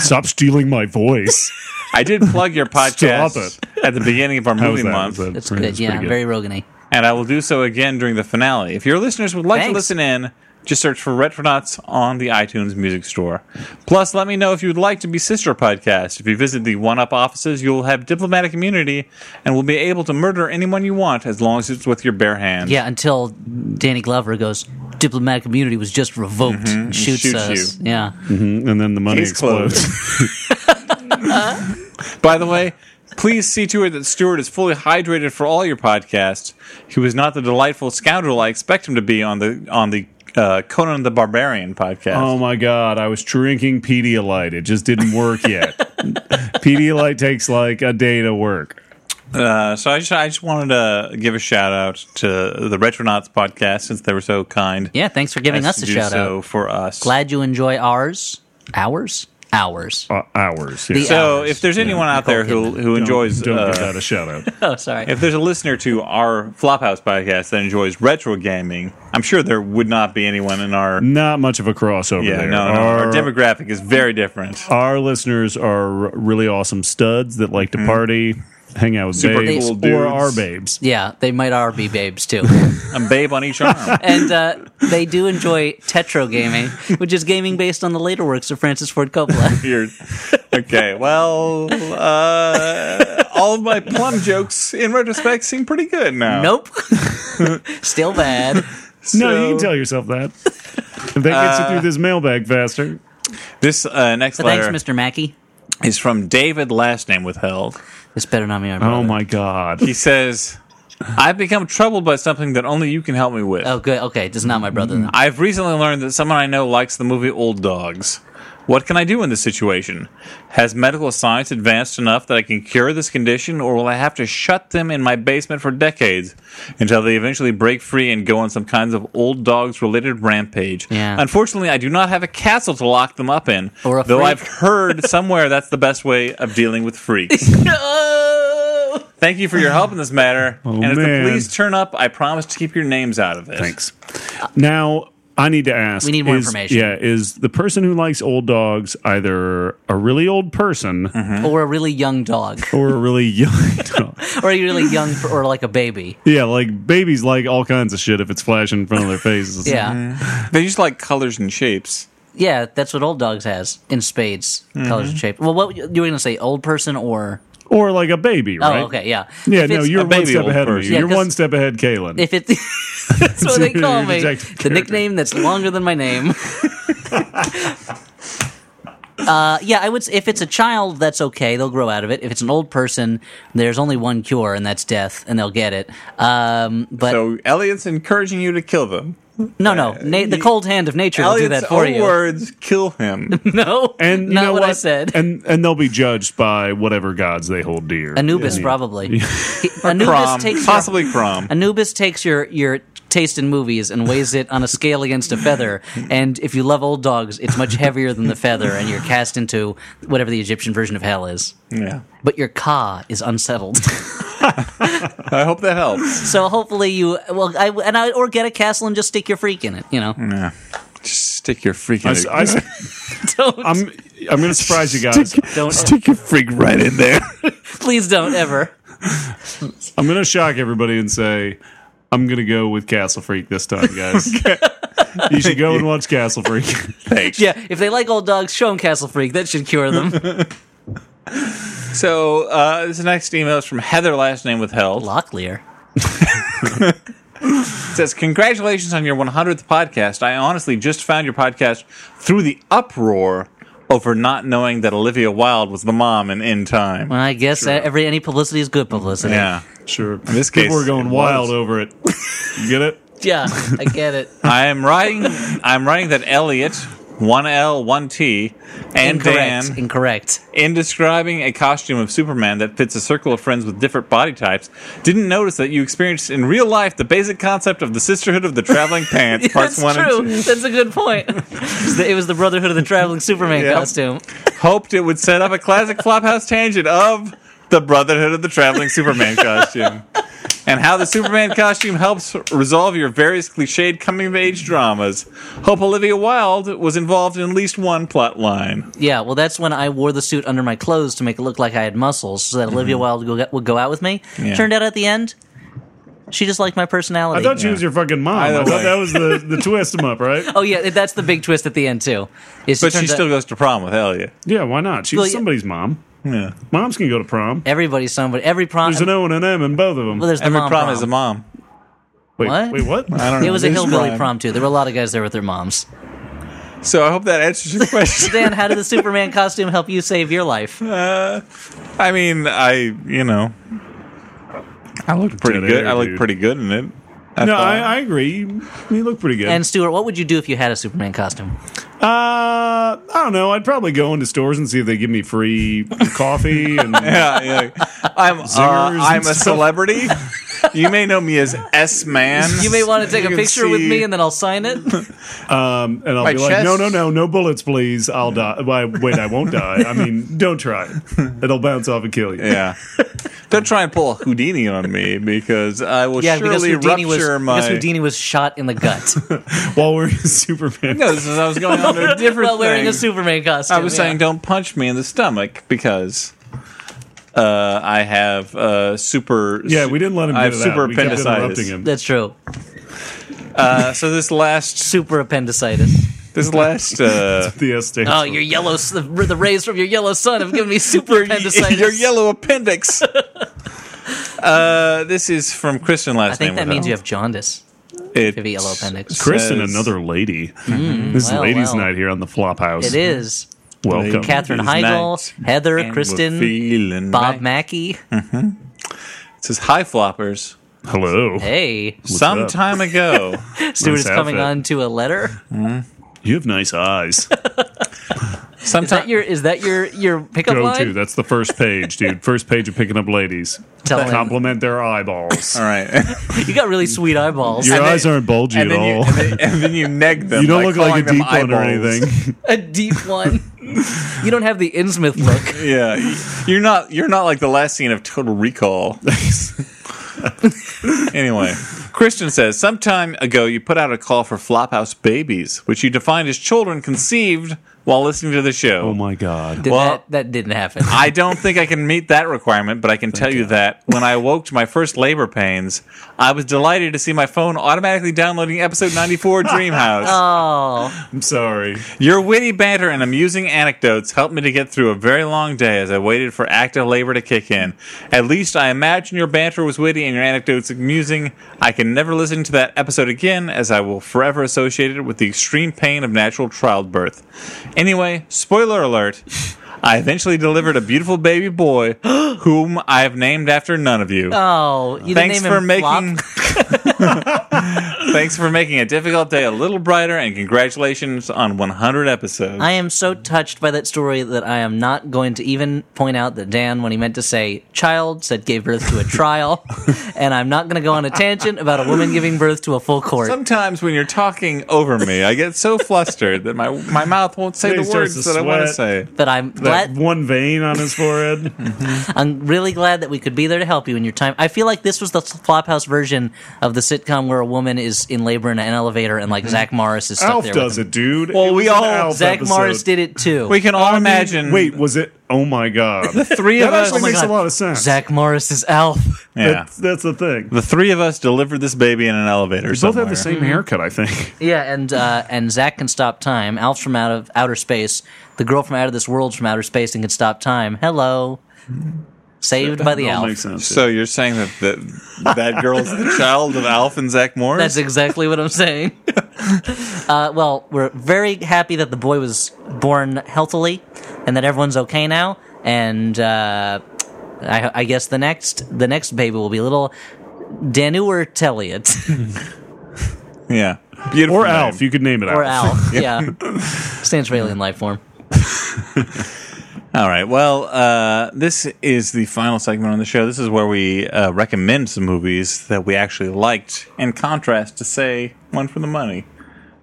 Speaker 2: Stop stealing my voice.
Speaker 4: I did plug your podcast
Speaker 2: Stop
Speaker 4: at the beginning of our movie
Speaker 2: was that?
Speaker 4: month,
Speaker 2: Was that-
Speaker 3: That's
Speaker 2: That's
Speaker 3: good. Yeah,
Speaker 2: pretty good.
Speaker 3: very Rogan-y.
Speaker 4: and I will do so again during the finale. If your listeners would like to
Speaker 3: Thanks.
Speaker 4: listen in, just search for Retronauts on the iTunes Music Store. Plus, let me know if you would like to be sister podcast. If you visit the One Up offices, you'll have diplomatic immunity and will be able to murder anyone you want as long as it's with your bare hands.
Speaker 3: Yeah, until Danny Glover goes, diplomatic immunity was just revoked. and shoots
Speaker 4: Mm-hmm. shoots
Speaker 3: us. Yeah,
Speaker 2: and then the money
Speaker 4: Case
Speaker 2: explodes.
Speaker 4: closed. By the way, please see to it that Stuart is fully hydrated for all your podcasts. He was not the delightful scoundrel I expect him to be on the on the uh, Conan the Barbarian podcast.
Speaker 2: Oh my god, I was drinking Pedialyte. It just didn't work yet. Pedialyte takes like a day to work.
Speaker 4: Uh, so I just I just wanted to give a shout out to the Retronauts podcast since they were so kind.
Speaker 3: yeah. Thanks for giving
Speaker 4: as
Speaker 3: us
Speaker 4: to
Speaker 3: a
Speaker 4: do
Speaker 3: shout
Speaker 4: so
Speaker 3: out.
Speaker 4: for us.
Speaker 3: Glad you enjoy ours. Ours. Ours.
Speaker 2: Uh, hours. Yeah.
Speaker 3: The
Speaker 4: so
Speaker 3: hours.
Speaker 4: if there's anyone out
Speaker 3: Nicole
Speaker 4: there who
Speaker 3: Kidman.
Speaker 4: who
Speaker 2: Don't-
Speaker 4: enjoys
Speaker 2: Don't
Speaker 4: uh,
Speaker 2: give that a shout out.
Speaker 3: Oh, sorry.
Speaker 4: If there's a listener to our Flophouse podcast that enjoys retro gaming, I'm sure there would not be anyone in our
Speaker 2: Not much of a crossover
Speaker 4: yeah
Speaker 2: there.
Speaker 4: no no our,
Speaker 2: our,
Speaker 4: demographic is very different.
Speaker 2: our listeners are r- really awesome studs that like to party, hang out with
Speaker 4: Mm-hmm. Super
Speaker 2: babes,
Speaker 4: cool
Speaker 2: or
Speaker 4: dudes.
Speaker 2: our babes.
Speaker 3: yeah, they might are be babes too.
Speaker 4: I'm babe on each arm.
Speaker 3: and uh, they do enjoy tetro gaming, which is gaming based on the later works of Francis Ford Coppola.
Speaker 4: You're- okay, well, uh, all of my plum jokes in retrospect seem pretty good now.
Speaker 3: nope. Still bad.
Speaker 2: no, you
Speaker 4: So- Uh,
Speaker 2: can tell yourself that. If that gets you through this mailbag faster.
Speaker 4: This uh, next
Speaker 3: But
Speaker 4: letter
Speaker 3: thanks, Mr. Mackey.
Speaker 4: is from David, last name withheld.
Speaker 3: This better not be my brother.
Speaker 2: Oh my god.
Speaker 4: He says, I've become troubled by something that only you can help me with.
Speaker 3: Oh, good. Okay, just not my brother.
Speaker 2: Mm-hmm.
Speaker 3: Then.
Speaker 4: I've recently learned that someone I know likes the movie Old Dogs. What can I do in this situation? Has medical science advanced enough that I can cure this condition, or will I have to shut them in my basement for decades until they eventually break free and go on some kinds of old dogs related rampage?
Speaker 3: Yeah.
Speaker 4: Unfortunately, I do not have a castle to lock them up in,
Speaker 3: Or a
Speaker 4: though
Speaker 3: freak.
Speaker 4: I've heard somewhere that's the best way of dealing with freaks.
Speaker 3: No!
Speaker 4: Thank you for your help in this matter. and if
Speaker 2: Oh, man.
Speaker 4: the police turn up, I promise to keep your names out of it.
Speaker 2: Thanks. Now I need to ask.
Speaker 3: We need more
Speaker 2: is-
Speaker 3: information.
Speaker 2: Yeah, is the person who likes old dogs either a really old person
Speaker 3: Or a really young dog.
Speaker 2: or a really young dog?
Speaker 3: Or a really young, or like a baby.
Speaker 2: Yeah, like babies like all kinds of shit if it's flashing in front of their faces.
Speaker 3: Yeah.
Speaker 4: They just like colors and shapes.
Speaker 3: Yeah, that's what old dogs has in spades,
Speaker 2: Mm-hmm.
Speaker 3: colors and shape. Well, what you were going to say, old person or.
Speaker 2: or like a baby,
Speaker 3: Oh,
Speaker 2: right?
Speaker 3: okay, yeah.
Speaker 2: Yeah,
Speaker 3: If
Speaker 2: no,
Speaker 3: it's-
Speaker 2: you're
Speaker 4: a
Speaker 2: one
Speaker 4: baby
Speaker 2: step
Speaker 4: old
Speaker 2: ahead of me.
Speaker 4: person.
Speaker 3: Yeah,
Speaker 2: you're
Speaker 3: 'cause-
Speaker 2: one step ahead, Kalen.
Speaker 3: If it, that's what they
Speaker 2: You're
Speaker 3: call
Speaker 2: a
Speaker 3: me.
Speaker 2: detective
Speaker 3: The nickname that's longer than my name. Uh, yeah, I would. s- If it's a child, that's okay; they'll grow out of it. If it's an old person, there's only one cure, and that's death, and they'll get it. Um, but
Speaker 4: So Elliot's encouraging you to kill them.
Speaker 3: no, no, na- the cold hand of nature will do
Speaker 4: Uh, Elliot's
Speaker 3: that for
Speaker 4: own
Speaker 3: you.
Speaker 4: words kill him.
Speaker 3: No,
Speaker 2: And you
Speaker 3: not
Speaker 2: know
Speaker 3: what,
Speaker 2: what
Speaker 3: I said.
Speaker 2: And and they'll be judged by whatever gods they hold dear.
Speaker 3: Anubis
Speaker 2: Yeah.
Speaker 3: probably. He- Anubis
Speaker 4: Crom,
Speaker 3: takes your-
Speaker 4: possibly Crom.
Speaker 3: Anubis takes your your taste in movies and weighs it on a scale against a feather. And if you love old dogs, it's much heavier than the feather, and you're cast into whatever the Egyptian version of hell is.
Speaker 4: Yeah.
Speaker 3: But your ka is unsettled.
Speaker 4: I hope that helps.
Speaker 3: so hopefully you well, I, and I or get a castle and just stick your freak in it. You know,
Speaker 2: Hmm.
Speaker 4: Yeah. Just stick your
Speaker 2: I,
Speaker 4: freaking.
Speaker 3: don't
Speaker 2: am I'm going to surprise you guys.
Speaker 3: don't
Speaker 4: stick your freak right in there.
Speaker 3: please don't ever.
Speaker 2: I'm going to shock everybody and say I'm going to go with Castle Freak this time, guys. You should go and watch Castle Freak.
Speaker 4: Thanks.
Speaker 3: Yeah, if they like old dogs, show them Castle Freak. That should cure them.
Speaker 4: So uh, this next email is from Heather, last name withheld.
Speaker 3: Locklear.
Speaker 4: It says, Congratulations on your 100th podcast. I honestly just found your podcast through the uproar over not knowing that Olivia Wilde was the mom in In Time.
Speaker 3: Well, I guess uh every any publicity is good publicity.
Speaker 4: Yeah.
Speaker 2: Sure. In
Speaker 4: this
Speaker 2: people
Speaker 4: case,
Speaker 2: are going
Speaker 4: it
Speaker 2: wild
Speaker 4: was.
Speaker 2: over it. You get it?
Speaker 3: yeah I get it.
Speaker 4: I am writing I'm writing that Elliot, one L, one T, and
Speaker 3: Incorrect.
Speaker 4: Dan
Speaker 3: Incorrect.
Speaker 4: in describing a costume of Superman that fits a circle of friends with different body types, didn't notice that you experienced in real life the basic concept of the Sisterhood of the Traveling Pants, parts
Speaker 3: That's
Speaker 4: one
Speaker 3: true.
Speaker 4: and two.
Speaker 3: That's a good point. It was the- it was the Brotherhood of the Traveling Superman
Speaker 4: Yep.
Speaker 3: costume.
Speaker 4: Hoped it would set up a classic Flophouse tangent of the Brotherhood of the Traveling Superman costume. And how the Superman costume helps resolve your various cliched coming of age dramas. Hope Olivia Wilde was involved in at least one plot line.
Speaker 3: Yeah, well, that's when I wore the suit under my clothes to make it look like I had muscles, so that Olivia Wilde would go, would go out with me.
Speaker 4: Mm-hmm. Yeah.
Speaker 3: Turned out at the end, she just liked my personality.
Speaker 2: I thought she was your fucking mom.
Speaker 4: Either
Speaker 2: I thought
Speaker 4: way.
Speaker 2: that was the, the twist em up, right?
Speaker 3: oh yeah, that's the big twist at the end too. Is
Speaker 4: But she
Speaker 3: turns out
Speaker 4: still goes to prom with Elliot.
Speaker 2: Yeah, why not? She's
Speaker 3: Well, yeah.
Speaker 2: somebody's mom.
Speaker 4: Yeah.
Speaker 2: Moms can go to prom.
Speaker 3: everybody's somebody. Every prom.
Speaker 2: There's an O and an M in both of them.
Speaker 3: well, there's the
Speaker 4: Every
Speaker 3: mom
Speaker 4: prom is a mom.
Speaker 2: wait,
Speaker 3: what?
Speaker 2: wait, what?
Speaker 4: I don't know.
Speaker 3: It was a
Speaker 4: This
Speaker 3: hillbilly
Speaker 4: rhyme.
Speaker 3: prom too. There were a lot of guys there with their moms.
Speaker 4: So I hope that answers your question.
Speaker 3: Dan, how did the Superman costume help you save your life?
Speaker 4: uh, I mean, I you know, I looked pretty
Speaker 2: Dead
Speaker 4: good.
Speaker 2: air,
Speaker 4: I looked
Speaker 2: dude.
Speaker 4: pretty good in it. I
Speaker 2: No,
Speaker 4: thought.
Speaker 2: I, I agree. You, you look pretty good.
Speaker 3: And Stuart, what would you do if you had a Superman costume?
Speaker 2: uh, I don't know. I'd probably go into stores and see if they give me free coffee. And
Speaker 4: yeah, yeah. I'm uh,
Speaker 2: Zingers and
Speaker 4: I'm a
Speaker 2: stuff.
Speaker 4: celebrity. you may know me as S Man.
Speaker 3: You may want to take a picture with me, and then I'll sign it.
Speaker 2: um, and I'll
Speaker 4: My
Speaker 2: be like, no,
Speaker 4: chest-
Speaker 2: no, no, no bullets, please. I'll die. Why- Wait, I won't die. I mean, don't try it. It'll bounce off and kill you.
Speaker 4: yeah. Don't try and pull a Houdini on me because I will
Speaker 3: Yeah, because
Speaker 4: surely
Speaker 3: Houdini was
Speaker 4: rupture my.
Speaker 3: because Houdini was shot in the gut
Speaker 2: While we're Superman.
Speaker 4: No, this is I was going on to a different
Speaker 3: while wearing
Speaker 4: thing.
Speaker 3: a Superman costume.
Speaker 4: I was
Speaker 3: yeah.
Speaker 4: saying don't punch me in the stomach because uh, I have uh, super.
Speaker 2: Yeah, we didn't let him.
Speaker 4: I have
Speaker 2: get it out.
Speaker 4: super
Speaker 2: We kept
Speaker 4: appendicitis.
Speaker 2: interrupting him.
Speaker 3: that's true.
Speaker 4: Uh, so this last,
Speaker 3: Super appendicitis.
Speaker 4: this last, uh,
Speaker 2: The S stands
Speaker 3: Oh,
Speaker 2: for-
Speaker 3: your yellow s- the, the rays from your yellow sun have given me super appendicitis.
Speaker 4: your yellow appendix. Uh, this is from Kristen last
Speaker 3: I think
Speaker 4: name.
Speaker 3: that
Speaker 4: without.
Speaker 3: means you have jaundice. If
Speaker 4: It
Speaker 3: you have yellow appendix,
Speaker 2: Chris and
Speaker 4: says-
Speaker 2: another lady.
Speaker 4: Mm-hmm.
Speaker 2: this is
Speaker 3: well,
Speaker 2: ladies'
Speaker 3: well.
Speaker 2: night here on the Flop House.
Speaker 3: it is
Speaker 2: Welcome.
Speaker 3: Catherine
Speaker 4: It is
Speaker 3: Heigl,
Speaker 4: nice.
Speaker 3: Heather,
Speaker 4: We're
Speaker 3: Kristen,
Speaker 4: feeling
Speaker 3: Bob
Speaker 4: nice.
Speaker 3: Mackey.
Speaker 4: Hmm. It says hi floppers.
Speaker 2: Hello.
Speaker 3: Hey,
Speaker 4: Some
Speaker 2: up?
Speaker 4: time ago,
Speaker 3: Stuart is
Speaker 2: outfit.
Speaker 3: coming on to a letter.
Speaker 2: You have nice eyes.
Speaker 3: Is that
Speaker 4: sometime
Speaker 3: your is that your your pickup
Speaker 2: Go to.
Speaker 3: line?
Speaker 2: That's the first page, dude. First page of picking up ladies.
Speaker 3: Tell him.
Speaker 2: Compliment their eyeballs.
Speaker 4: all right.
Speaker 3: You got really sweet eyeballs.
Speaker 2: Your
Speaker 4: And then-
Speaker 2: eyes aren't bulgy
Speaker 4: and
Speaker 2: at
Speaker 4: then you
Speaker 2: all.
Speaker 4: and then, and then you neg them.
Speaker 2: You don't
Speaker 4: by
Speaker 2: look like
Speaker 4: calling
Speaker 2: a
Speaker 4: them
Speaker 2: deep one or
Speaker 4: eyeballs.
Speaker 2: anything.
Speaker 3: a deep one. you don't have the Innsmouth look.
Speaker 4: Yeah, y- you're not. You're not like the last scene of Total Recall. anyway, Christian says some time ago you put out a call for Flophouse babies, which you defined as children conceived while listening to the show.
Speaker 2: Oh my god.
Speaker 3: Did
Speaker 4: Well-
Speaker 3: that, that didn't happen.
Speaker 4: I don't think I can meet that requirement, but I can tell you that when I awoke to my first labor pains, I was delighted to see my phone automatically downloading episode 94 Dreamhouse.
Speaker 3: Oh,
Speaker 2: I'm sorry.
Speaker 4: Your witty banter and amusing anecdotes helped me to get through a very long day as I waited for active labor to kick in. At least I imagine your banter was witty and your anecdotes amusing. I can never listen to that episode again as I will forever associate it with the extreme pain of natural childbirth. Anyway, spoiler alert. I eventually delivered a beautiful baby boy, whom I have named after none of you.
Speaker 3: Oh, you didn't
Speaker 4: Thanks
Speaker 3: name
Speaker 4: for
Speaker 3: him Flop?
Speaker 4: making. Thanks for making a difficult day a little brighter, and congratulations on 100 episodes.
Speaker 3: I am so touched by that story that I am not going to even point out that Dan, when he meant to say child, said gave birth to a trial, and I'm not going to go on a tangent about a woman giving birth to a full court.
Speaker 4: Sometimes when you're talking over me, I get so flustered that my my mouth won't say
Speaker 2: Yeah, he
Speaker 4: the
Speaker 2: starts
Speaker 4: words
Speaker 2: to
Speaker 4: that I want to
Speaker 2: sweat.
Speaker 4: say.
Speaker 3: but I'm
Speaker 2: That
Speaker 3: glad.
Speaker 2: one vein on his forehead.
Speaker 3: I'm really glad that we could be there to help you in your time. I feel like this was the Flophouse version of the sitcom where a woman is in labor in an elevator and like Zach Morris is stuck
Speaker 2: Mm-hmm. Alf
Speaker 3: there.
Speaker 2: does it, dude.
Speaker 4: Well,
Speaker 2: It
Speaker 4: we
Speaker 2: was an
Speaker 4: all-
Speaker 2: Alf
Speaker 3: Zach
Speaker 2: episode.
Speaker 3: Morris did it too.
Speaker 4: We can all imagine.
Speaker 2: Wait, was it? Oh my god,
Speaker 4: the three
Speaker 2: that
Speaker 4: of us.
Speaker 3: Oh
Speaker 2: actually makes a lot of Oh sense.
Speaker 3: Zach Morris is Alf.
Speaker 4: yeah,
Speaker 2: That's- that's the thing.
Speaker 4: the three of us delivered this baby in an elevator.
Speaker 2: We both have the same
Speaker 4: somewhere.
Speaker 2: haircut, I think.
Speaker 3: Yeah, and uh, and Zach can stop time. Alf's from out of outer space. The girl from out of this world's from outer space and can stop time. Hello, saved by the
Speaker 2: That all
Speaker 3: Alf.
Speaker 2: makes sense.
Speaker 4: So you're saying that that, that girl's the child of Alf and Zach Morris?
Speaker 3: That's exactly what I'm saying. uh, well, we're very happy that the boy was born healthily, and that everyone's okay now. And uh, I, I guess the next the next baby will be little Danuer Telliot
Speaker 4: yeah, beautiful.
Speaker 2: or
Speaker 4: name.
Speaker 2: Alf, you could name it
Speaker 3: or
Speaker 2: Alf.
Speaker 3: Alf. yeah, stands for alien life form.
Speaker 4: All right. Well, uh, this is the final segment on the show. This is where we uh, recommend some movies that we actually liked, in contrast to say one for the money,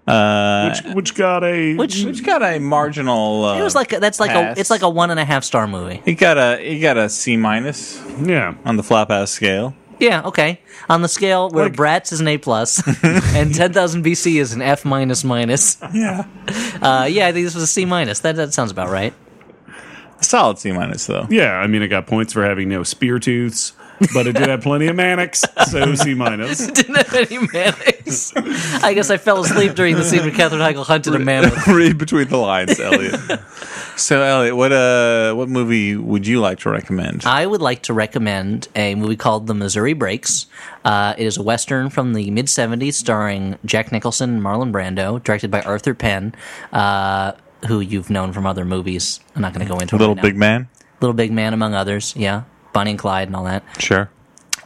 Speaker 4: uh,
Speaker 2: which, which got a
Speaker 3: Which
Speaker 4: which, got a marginal. Uh,
Speaker 3: it was like a, that's like
Speaker 4: pass.
Speaker 3: a it's like a one and a half star movie.
Speaker 4: It got a it got a C minus
Speaker 2: yeah.
Speaker 4: on the Flophouse scale.
Speaker 3: Yeah, okay. On the scale where
Speaker 2: Like-
Speaker 3: Bratz is an A plus and ten thousand BC is an F minus minus.
Speaker 4: Yeah,
Speaker 3: Uh, yeah, I think this was a C minus. That that sounds about right.
Speaker 4: a solid C minus though.
Speaker 2: Yeah, I mean, it got points for having no spear tooths, but it did have plenty of manics, so C minus.
Speaker 3: Didn't have any mayonnaise. I guess I fell asleep during the scene where Catherine Heigl hunted a mammoth.
Speaker 4: Read between the lines, Elliot. so, Elliot, what uh, what movie would you like to recommend?
Speaker 3: I would like to recommend a movie called The Missouri Breaks. Uh, it is a western from the mid '70s, starring Jack Nicholson and Marlon Brando, directed by Arthur Penn, uh, who you've known from other movies. I'm not going to go into it
Speaker 4: Little
Speaker 3: right now.
Speaker 4: Big Man.
Speaker 3: Little Big Man, among others. Yeah, Bonnie and Clyde and all that.
Speaker 4: Sure.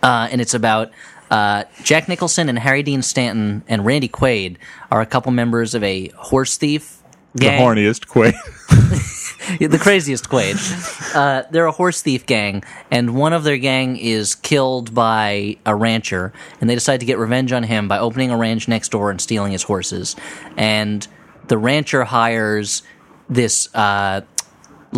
Speaker 3: Uh, and it's about uh, Jack Nicholson and Harry Dean Stanton and Randy Quaid are a couple members of a horse thief. Gang.
Speaker 4: The horniest Quaid.
Speaker 3: the craziest Quaid. Uh, they're a horse thief gang, and one of their gang is killed by a rancher, and they decide to get revenge on him by opening a ranch next door and stealing his horses. And the rancher hires this uh,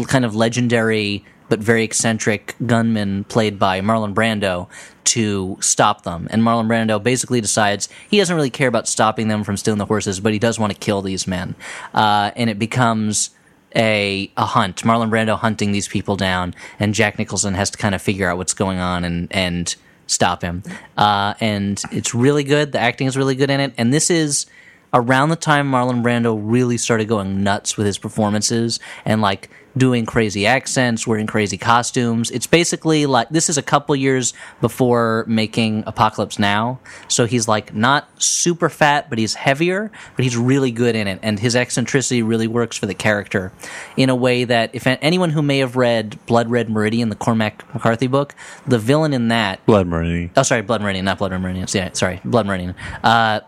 Speaker 3: kind of legendary but very eccentric gunman played by Marlon Brando to stop them. And Marlon Brando basically decides he doesn't really care about stopping them from stealing the horses, but he does want to kill these men. Uh, and it becomes a a hunt. Marlon Brando hunting these people down, and Jack Nicholson has to kind of figure out what's going on and and stop him. Uh, and it's really good. The acting is really good in it. And this is around the time Marlon Brando really started going nuts with his performances and like doing crazy accents, wearing crazy costumes. It's basically like this is a couple years before making Apocalypse Now. So he's like not super fat, but he's heavier, but he's really good in it. And his eccentricity really works for the character in a way that if anyone who may have read Blood Red Meridian, the Cormac McCarthy book, the villain in that
Speaker 4: Blood Meridian.
Speaker 3: Oh, sorry, Blood Meridian, not Blood Red Meridian. Yeah, sorry, Blood Meridian. Uh,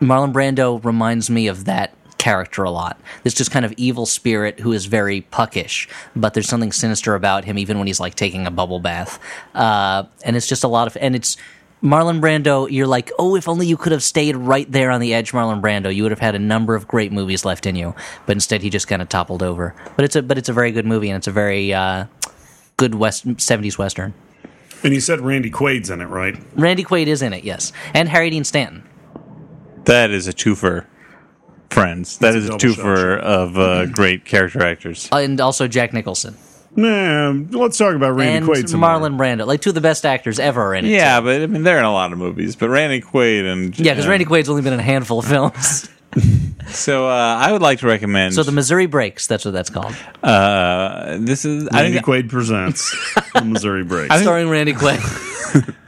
Speaker 3: Marlon Brando reminds me of that character a lot. This just kind of evil spirit who is very puckish, but there's something sinister about him, even when he's like taking a bubble bath. Uh, and it's just a lot of, and it's Marlon Brando. You're like, oh, if only you could have stayed right there on the edge, Marlon Brando. You would have had a number of great movies left in you, but instead he just kind of toppled over. But it's a, but it's a very good movie, and it's a very uh, good West '70s western.
Speaker 2: And you said Randy Quaid's in it, right?
Speaker 3: Randy Quaid is in it, yes, and Harry Dean Stanton.
Speaker 4: That is a twofer, friends. That is a
Speaker 2: double shot, sure.
Speaker 4: twofer of uh,
Speaker 3: Mm-hmm.
Speaker 4: great character actors.
Speaker 3: Uh, and also Jack Nicholson
Speaker 2: Nah, let's talk about Randy
Speaker 3: and
Speaker 2: Quaid some more.
Speaker 3: Marlon Brando, like two of the best actors ever are in it.
Speaker 4: Yeah, but I mean they're in a lot of movies. But Randy Quaid and
Speaker 3: yeah, because
Speaker 4: and-
Speaker 3: Randy Quaid's only been in a handful of films.
Speaker 4: So uh, I would like to recommend.
Speaker 3: so the Missouri Breaks—that's what that's called,
Speaker 4: uh, this is I
Speaker 2: Randy
Speaker 4: think,
Speaker 2: Quaid presents the Missouri Breaks.
Speaker 4: think-
Speaker 3: starring Randy Quaid.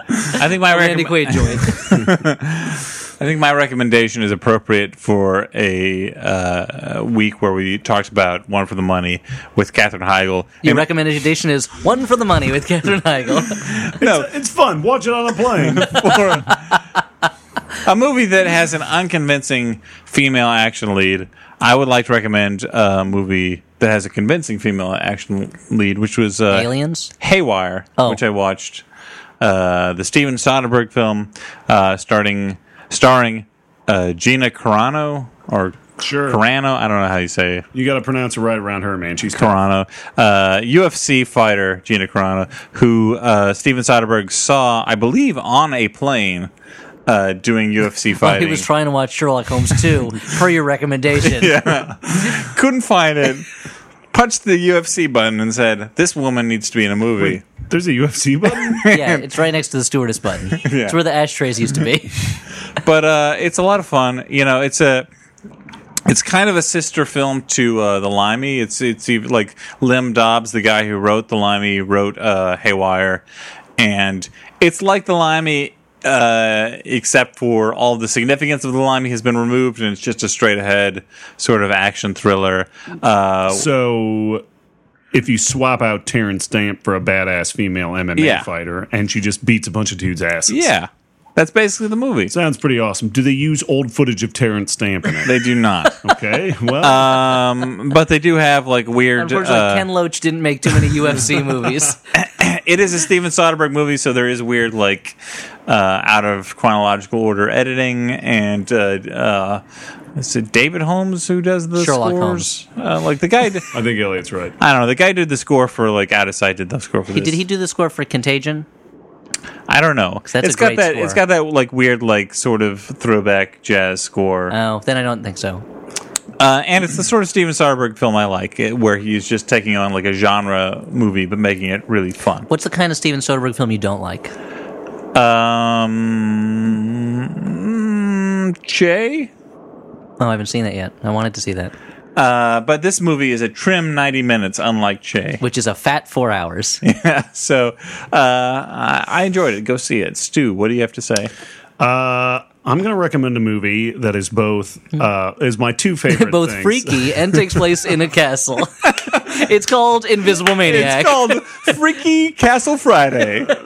Speaker 4: I think my
Speaker 3: Randy
Speaker 4: recommend.
Speaker 3: Quaid joint.
Speaker 4: I think my recommendation is appropriate for a uh, week where we talked about One for the Money with Katherine Heigl.
Speaker 3: Your
Speaker 4: And-
Speaker 3: recommendation is one for the money with Catherine Heigl.
Speaker 4: no,
Speaker 2: It's fun. Watch it on a plane.
Speaker 4: for a movie that has an unconvincing female action lead, I would like to recommend a movie that has a convincing female action lead, which was uh,
Speaker 3: Aliens.
Speaker 4: Haywire,
Speaker 3: Oh.
Speaker 4: which I watched. Uh, the Steven Soderbergh film, uh, starting starring uh, Gina Carano or
Speaker 2: Sure.
Speaker 4: Carano. I don't know how you say
Speaker 2: You got to pronounce it right around her, man. She's
Speaker 4: Carano, uh, UFC fighter Gina Carano, who uh, Steven Soderbergh saw, I believe, on a plane uh, doing UFC
Speaker 3: Well, Oh, he
Speaker 4: fighting.
Speaker 3: was trying to watch Sherlock Holmes 2 per your recommendation.
Speaker 4: Couldn't find it. Punched the UFC button and said, "This woman needs to be in a movie."
Speaker 2: There's a
Speaker 4: Oh.
Speaker 2: UFC button.
Speaker 3: Yeah, it's right next to the stewardess button. It's where the ashtrays used to be.
Speaker 4: But uh, it's a lot of fun. You know, it's a it's kind of a sister film to uh, the Limey. It's it's even, like Lim Dobbs, the guy who wrote the Limey, wrote uh, Haywire, and it's like the Limey. Uh, except for all the significance of the Limey has been removed, and it's just a straight ahead sort of action thriller. Uh,
Speaker 2: So if you swap out Terrence Stamp for a badass female MMA
Speaker 4: Yeah.
Speaker 2: fighter and she just beats a bunch of dudes' asses.
Speaker 4: yeah, that's basically the movie.
Speaker 2: Sounds pretty awesome. Do they use old footage of Terrence Stamp in it?
Speaker 4: They do not,
Speaker 2: Okay. Well,
Speaker 4: um, but they do have like weird.
Speaker 3: Unfortunately,
Speaker 4: uh,
Speaker 3: Ken Loach didn't make too many UFC movies.
Speaker 4: it is a Steven Soderbergh movie, so there is weird, like, uh, out of chronological order editing. And uh, uh, is it David Holmes who does the
Speaker 3: Sherlock
Speaker 4: scores? Uh, like the guy,
Speaker 2: I think Elliot's right.
Speaker 4: I don't know, the guy did the score for like Out of Sight. Did the score for this?
Speaker 3: Did he do the score for Contagion?
Speaker 4: I don't know.
Speaker 3: that's
Speaker 4: It's
Speaker 3: a
Speaker 4: got
Speaker 3: great
Speaker 4: that.
Speaker 3: score.
Speaker 4: It's got that like weird, like sort of throwback jazz score.
Speaker 3: Oh, then I don't think so.
Speaker 4: Uh, and it's the sort of Steven Soderbergh film I like, eh, where he's just taking on like a genre movie but making it really fun.
Speaker 3: What's the kind of Steven Soderbergh film you don't like?
Speaker 4: Um, mm, Jay.
Speaker 3: Oh, I haven't seen that yet. I wanted to see that,
Speaker 4: Uh, but this movie is a trim 90 minutes, unlike Che.
Speaker 3: which is a fat four hours.
Speaker 4: so uh, I I enjoyed it. Go see it. Stu, what do you have to say?
Speaker 2: Uh, I'm going to recommend a movie that is both
Speaker 4: Hmm.
Speaker 2: uh, is my two favorite.
Speaker 3: Both
Speaker 2: things.
Speaker 3: freaky and takes place in a castle. it's called Invisible Maniac.
Speaker 4: It's called Freaky Castle Friday.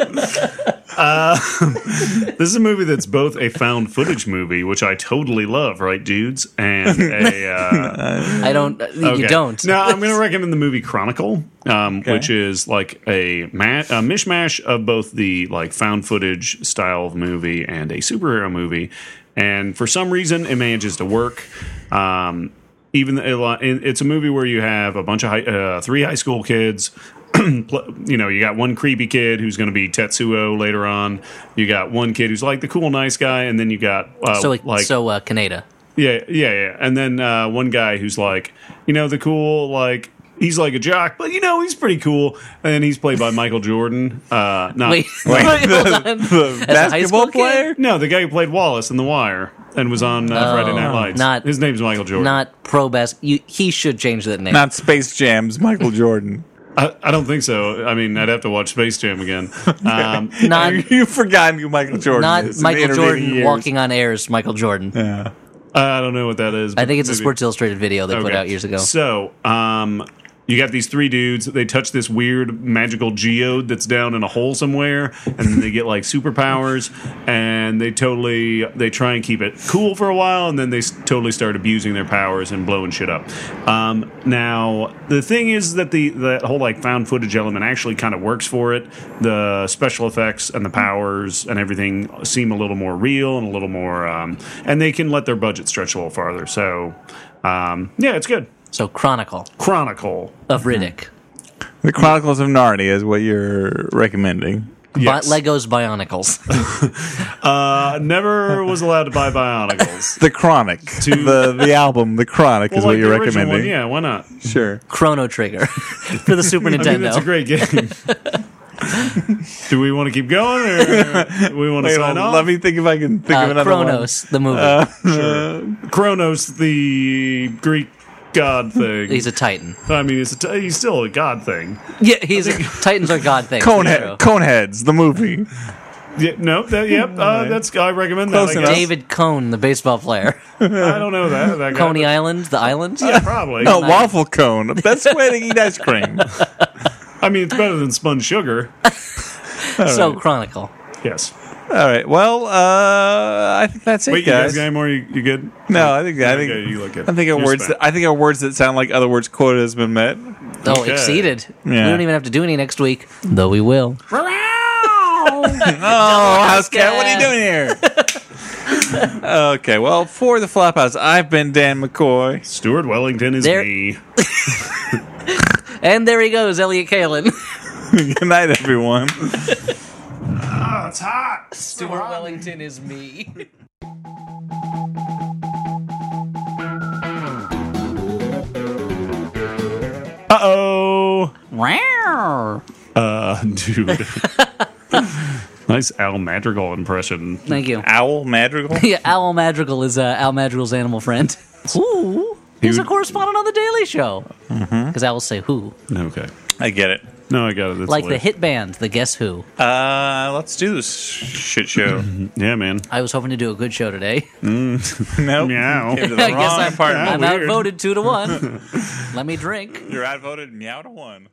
Speaker 2: This is a movie that's both a found footage movie, which I totally love, right, dudes, and a uh,
Speaker 3: I don't. You
Speaker 2: Okay.
Speaker 3: don't.
Speaker 2: No, I'm going to recommend the movie Chronicle, um,
Speaker 4: Okay.
Speaker 2: which is like a, ma- a mishmash of both the like found footage style of movie and a superhero movie, and for some reason it manages to work. Um, even a lot- it- it's a movie where you have a bunch of high, uh, three high school kids. pl- you know, you got one creepy kid who's going to be Tetsuo later on. You got one kid who's like the cool, nice guy, and then you got uh,
Speaker 3: so, like,
Speaker 2: like
Speaker 3: so uh, Kaneda.
Speaker 2: yeah, yeah, yeah. And then uh, one guy who's like, you know, the cool, like, he's like a jock, but you know, he's pretty cool. And he's played by Michael Jordan. Uh, not,
Speaker 3: Wait,
Speaker 4: Wait,
Speaker 3: wait, hold on.
Speaker 4: the
Speaker 3: As a high school
Speaker 4: basketball
Speaker 3: kid?
Speaker 4: player?
Speaker 2: No, the guy who played Wallace in The Wire and was on uh, Friday Night Lights.
Speaker 3: Oh, not-
Speaker 2: His name's Michael Jordan.
Speaker 3: Not pro best. You, he should change that name.
Speaker 4: Not Space Jam's Michael Jordan.
Speaker 2: I, I don't think so. I mean, I'd have to watch Space Jam again. Um,
Speaker 3: Not-
Speaker 4: You've forgotten who Michael Jordan
Speaker 3: not
Speaker 4: is. in the
Speaker 3: Michael
Speaker 4: intervening
Speaker 3: Jordan
Speaker 4: years.
Speaker 3: walking on air is Michael Jordan.
Speaker 2: I don't know what that is.
Speaker 3: I think it's a
Speaker 2: maybe-
Speaker 3: Sports Illustrated video they put
Speaker 2: Okay.
Speaker 3: out years ago.
Speaker 2: So, um, you got these three dudes. They touch this weird magical geode that's down in a hole somewhere, and then they get like superpowers. And they totally they try and keep it cool for a while, and then they s- totally start abusing their powers and blowing shit up. Um, now, the thing is that the that whole like found footage element actually kind of works for it. The special effects and the powers and everything seem a little more real and a little more, um, and they can let their budget stretch a little farther. So, um, yeah, it's good.
Speaker 3: So Chronicle
Speaker 2: Chronicle.
Speaker 3: of Riddick.
Speaker 4: The Chronicles of Narnia is what you're recommending.
Speaker 2: Yes.
Speaker 3: Bi- Legos Bionicles.
Speaker 2: Uh, never was allowed to buy Bionicles.
Speaker 4: The Chronic. the the album, The Chronic, is
Speaker 2: Well,
Speaker 4: what
Speaker 2: like
Speaker 4: you're
Speaker 2: the original
Speaker 4: recommending.
Speaker 2: One, yeah, why not?
Speaker 4: Sure.
Speaker 3: Chrono Trigger for the Super
Speaker 2: I mean, that's
Speaker 3: Nintendo.
Speaker 2: a great game. Do we want to keep going, or we want to
Speaker 4: Wait,
Speaker 2: sign
Speaker 4: hold on.
Speaker 2: off?
Speaker 4: Let me think if I can think of
Speaker 3: uh,
Speaker 4: another one.
Speaker 3: Chronos, the movie.
Speaker 2: Uh, Kronos, the Greek god thing.
Speaker 3: he's a Titan.
Speaker 2: I mean, it's a t- he's still a god thing.
Speaker 3: Yeah, he's a, Titans are god things.
Speaker 4: Conehead, Coneheads, the movie.
Speaker 2: Yeah, no, that, yep, uh, that's I recommend
Speaker 4: Close
Speaker 2: that. I,
Speaker 4: enough.
Speaker 2: guess.
Speaker 3: David Cone, the baseball player.
Speaker 2: I don't know that. that guy,
Speaker 3: Coney
Speaker 2: but-
Speaker 3: Island, the island.
Speaker 2: Yeah, probably.
Speaker 4: A waffle cone. The best way to eat ice cream.
Speaker 2: I mean, it's better than spun sugar.
Speaker 3: so Chronicle.
Speaker 2: Yes.
Speaker 4: All right. Well, uh, I think that's it,
Speaker 2: Wait, you guys
Speaker 4: guys.
Speaker 2: got any more? You, you good?
Speaker 4: no, I think I
Speaker 2: Okay,
Speaker 4: think
Speaker 2: you look good.
Speaker 4: I think our
Speaker 2: You're
Speaker 4: words.
Speaker 2: spent.
Speaker 4: That, I think our words that sound like other words quoted has been met.
Speaker 3: Oh,
Speaker 2: Okay.
Speaker 3: exceeded.
Speaker 4: Yeah.
Speaker 3: We don't even have to do any next week, though we will.
Speaker 4: Oh, house cat, what are you
Speaker 3: cat.
Speaker 4: doing here? okay. Well, for the Flophouse, I've been Dan McCoy.
Speaker 2: Stuart Wellington is
Speaker 3: There-
Speaker 2: me.
Speaker 3: And there he goes, Elliot Kalin.
Speaker 4: Good night, everyone.
Speaker 2: Oh, it's hot.
Speaker 3: Stuart Wellington is me.
Speaker 2: Uh oh.
Speaker 3: Wow.
Speaker 2: Uh, dude. nice Al Madrigal impression.
Speaker 3: Thank you.
Speaker 4: Owl Madrigal.
Speaker 3: Yeah, Al Madrigal is uh, Al Madrigal's animal friend. Ooh. He's a
Speaker 2: would-
Speaker 3: correspondent on The Daily Show. Because I will say who.
Speaker 2: Okay.
Speaker 4: I get it.
Speaker 2: No, I got it. That's
Speaker 3: Like the
Speaker 2: hilarious.
Speaker 3: hit band, The Guess Who.
Speaker 4: Uh, let's do this shit show.
Speaker 2: Yeah, man.
Speaker 3: I was hoping to do a good show today.
Speaker 4: nope.
Speaker 2: Meow.
Speaker 4: Came to the
Speaker 3: I
Speaker 4: wrong
Speaker 3: guess I'm,
Speaker 4: apartment.
Speaker 3: I'm
Speaker 2: Weird.
Speaker 3: outvoted two to one. Let me drink.
Speaker 4: You're outvoted meow to one.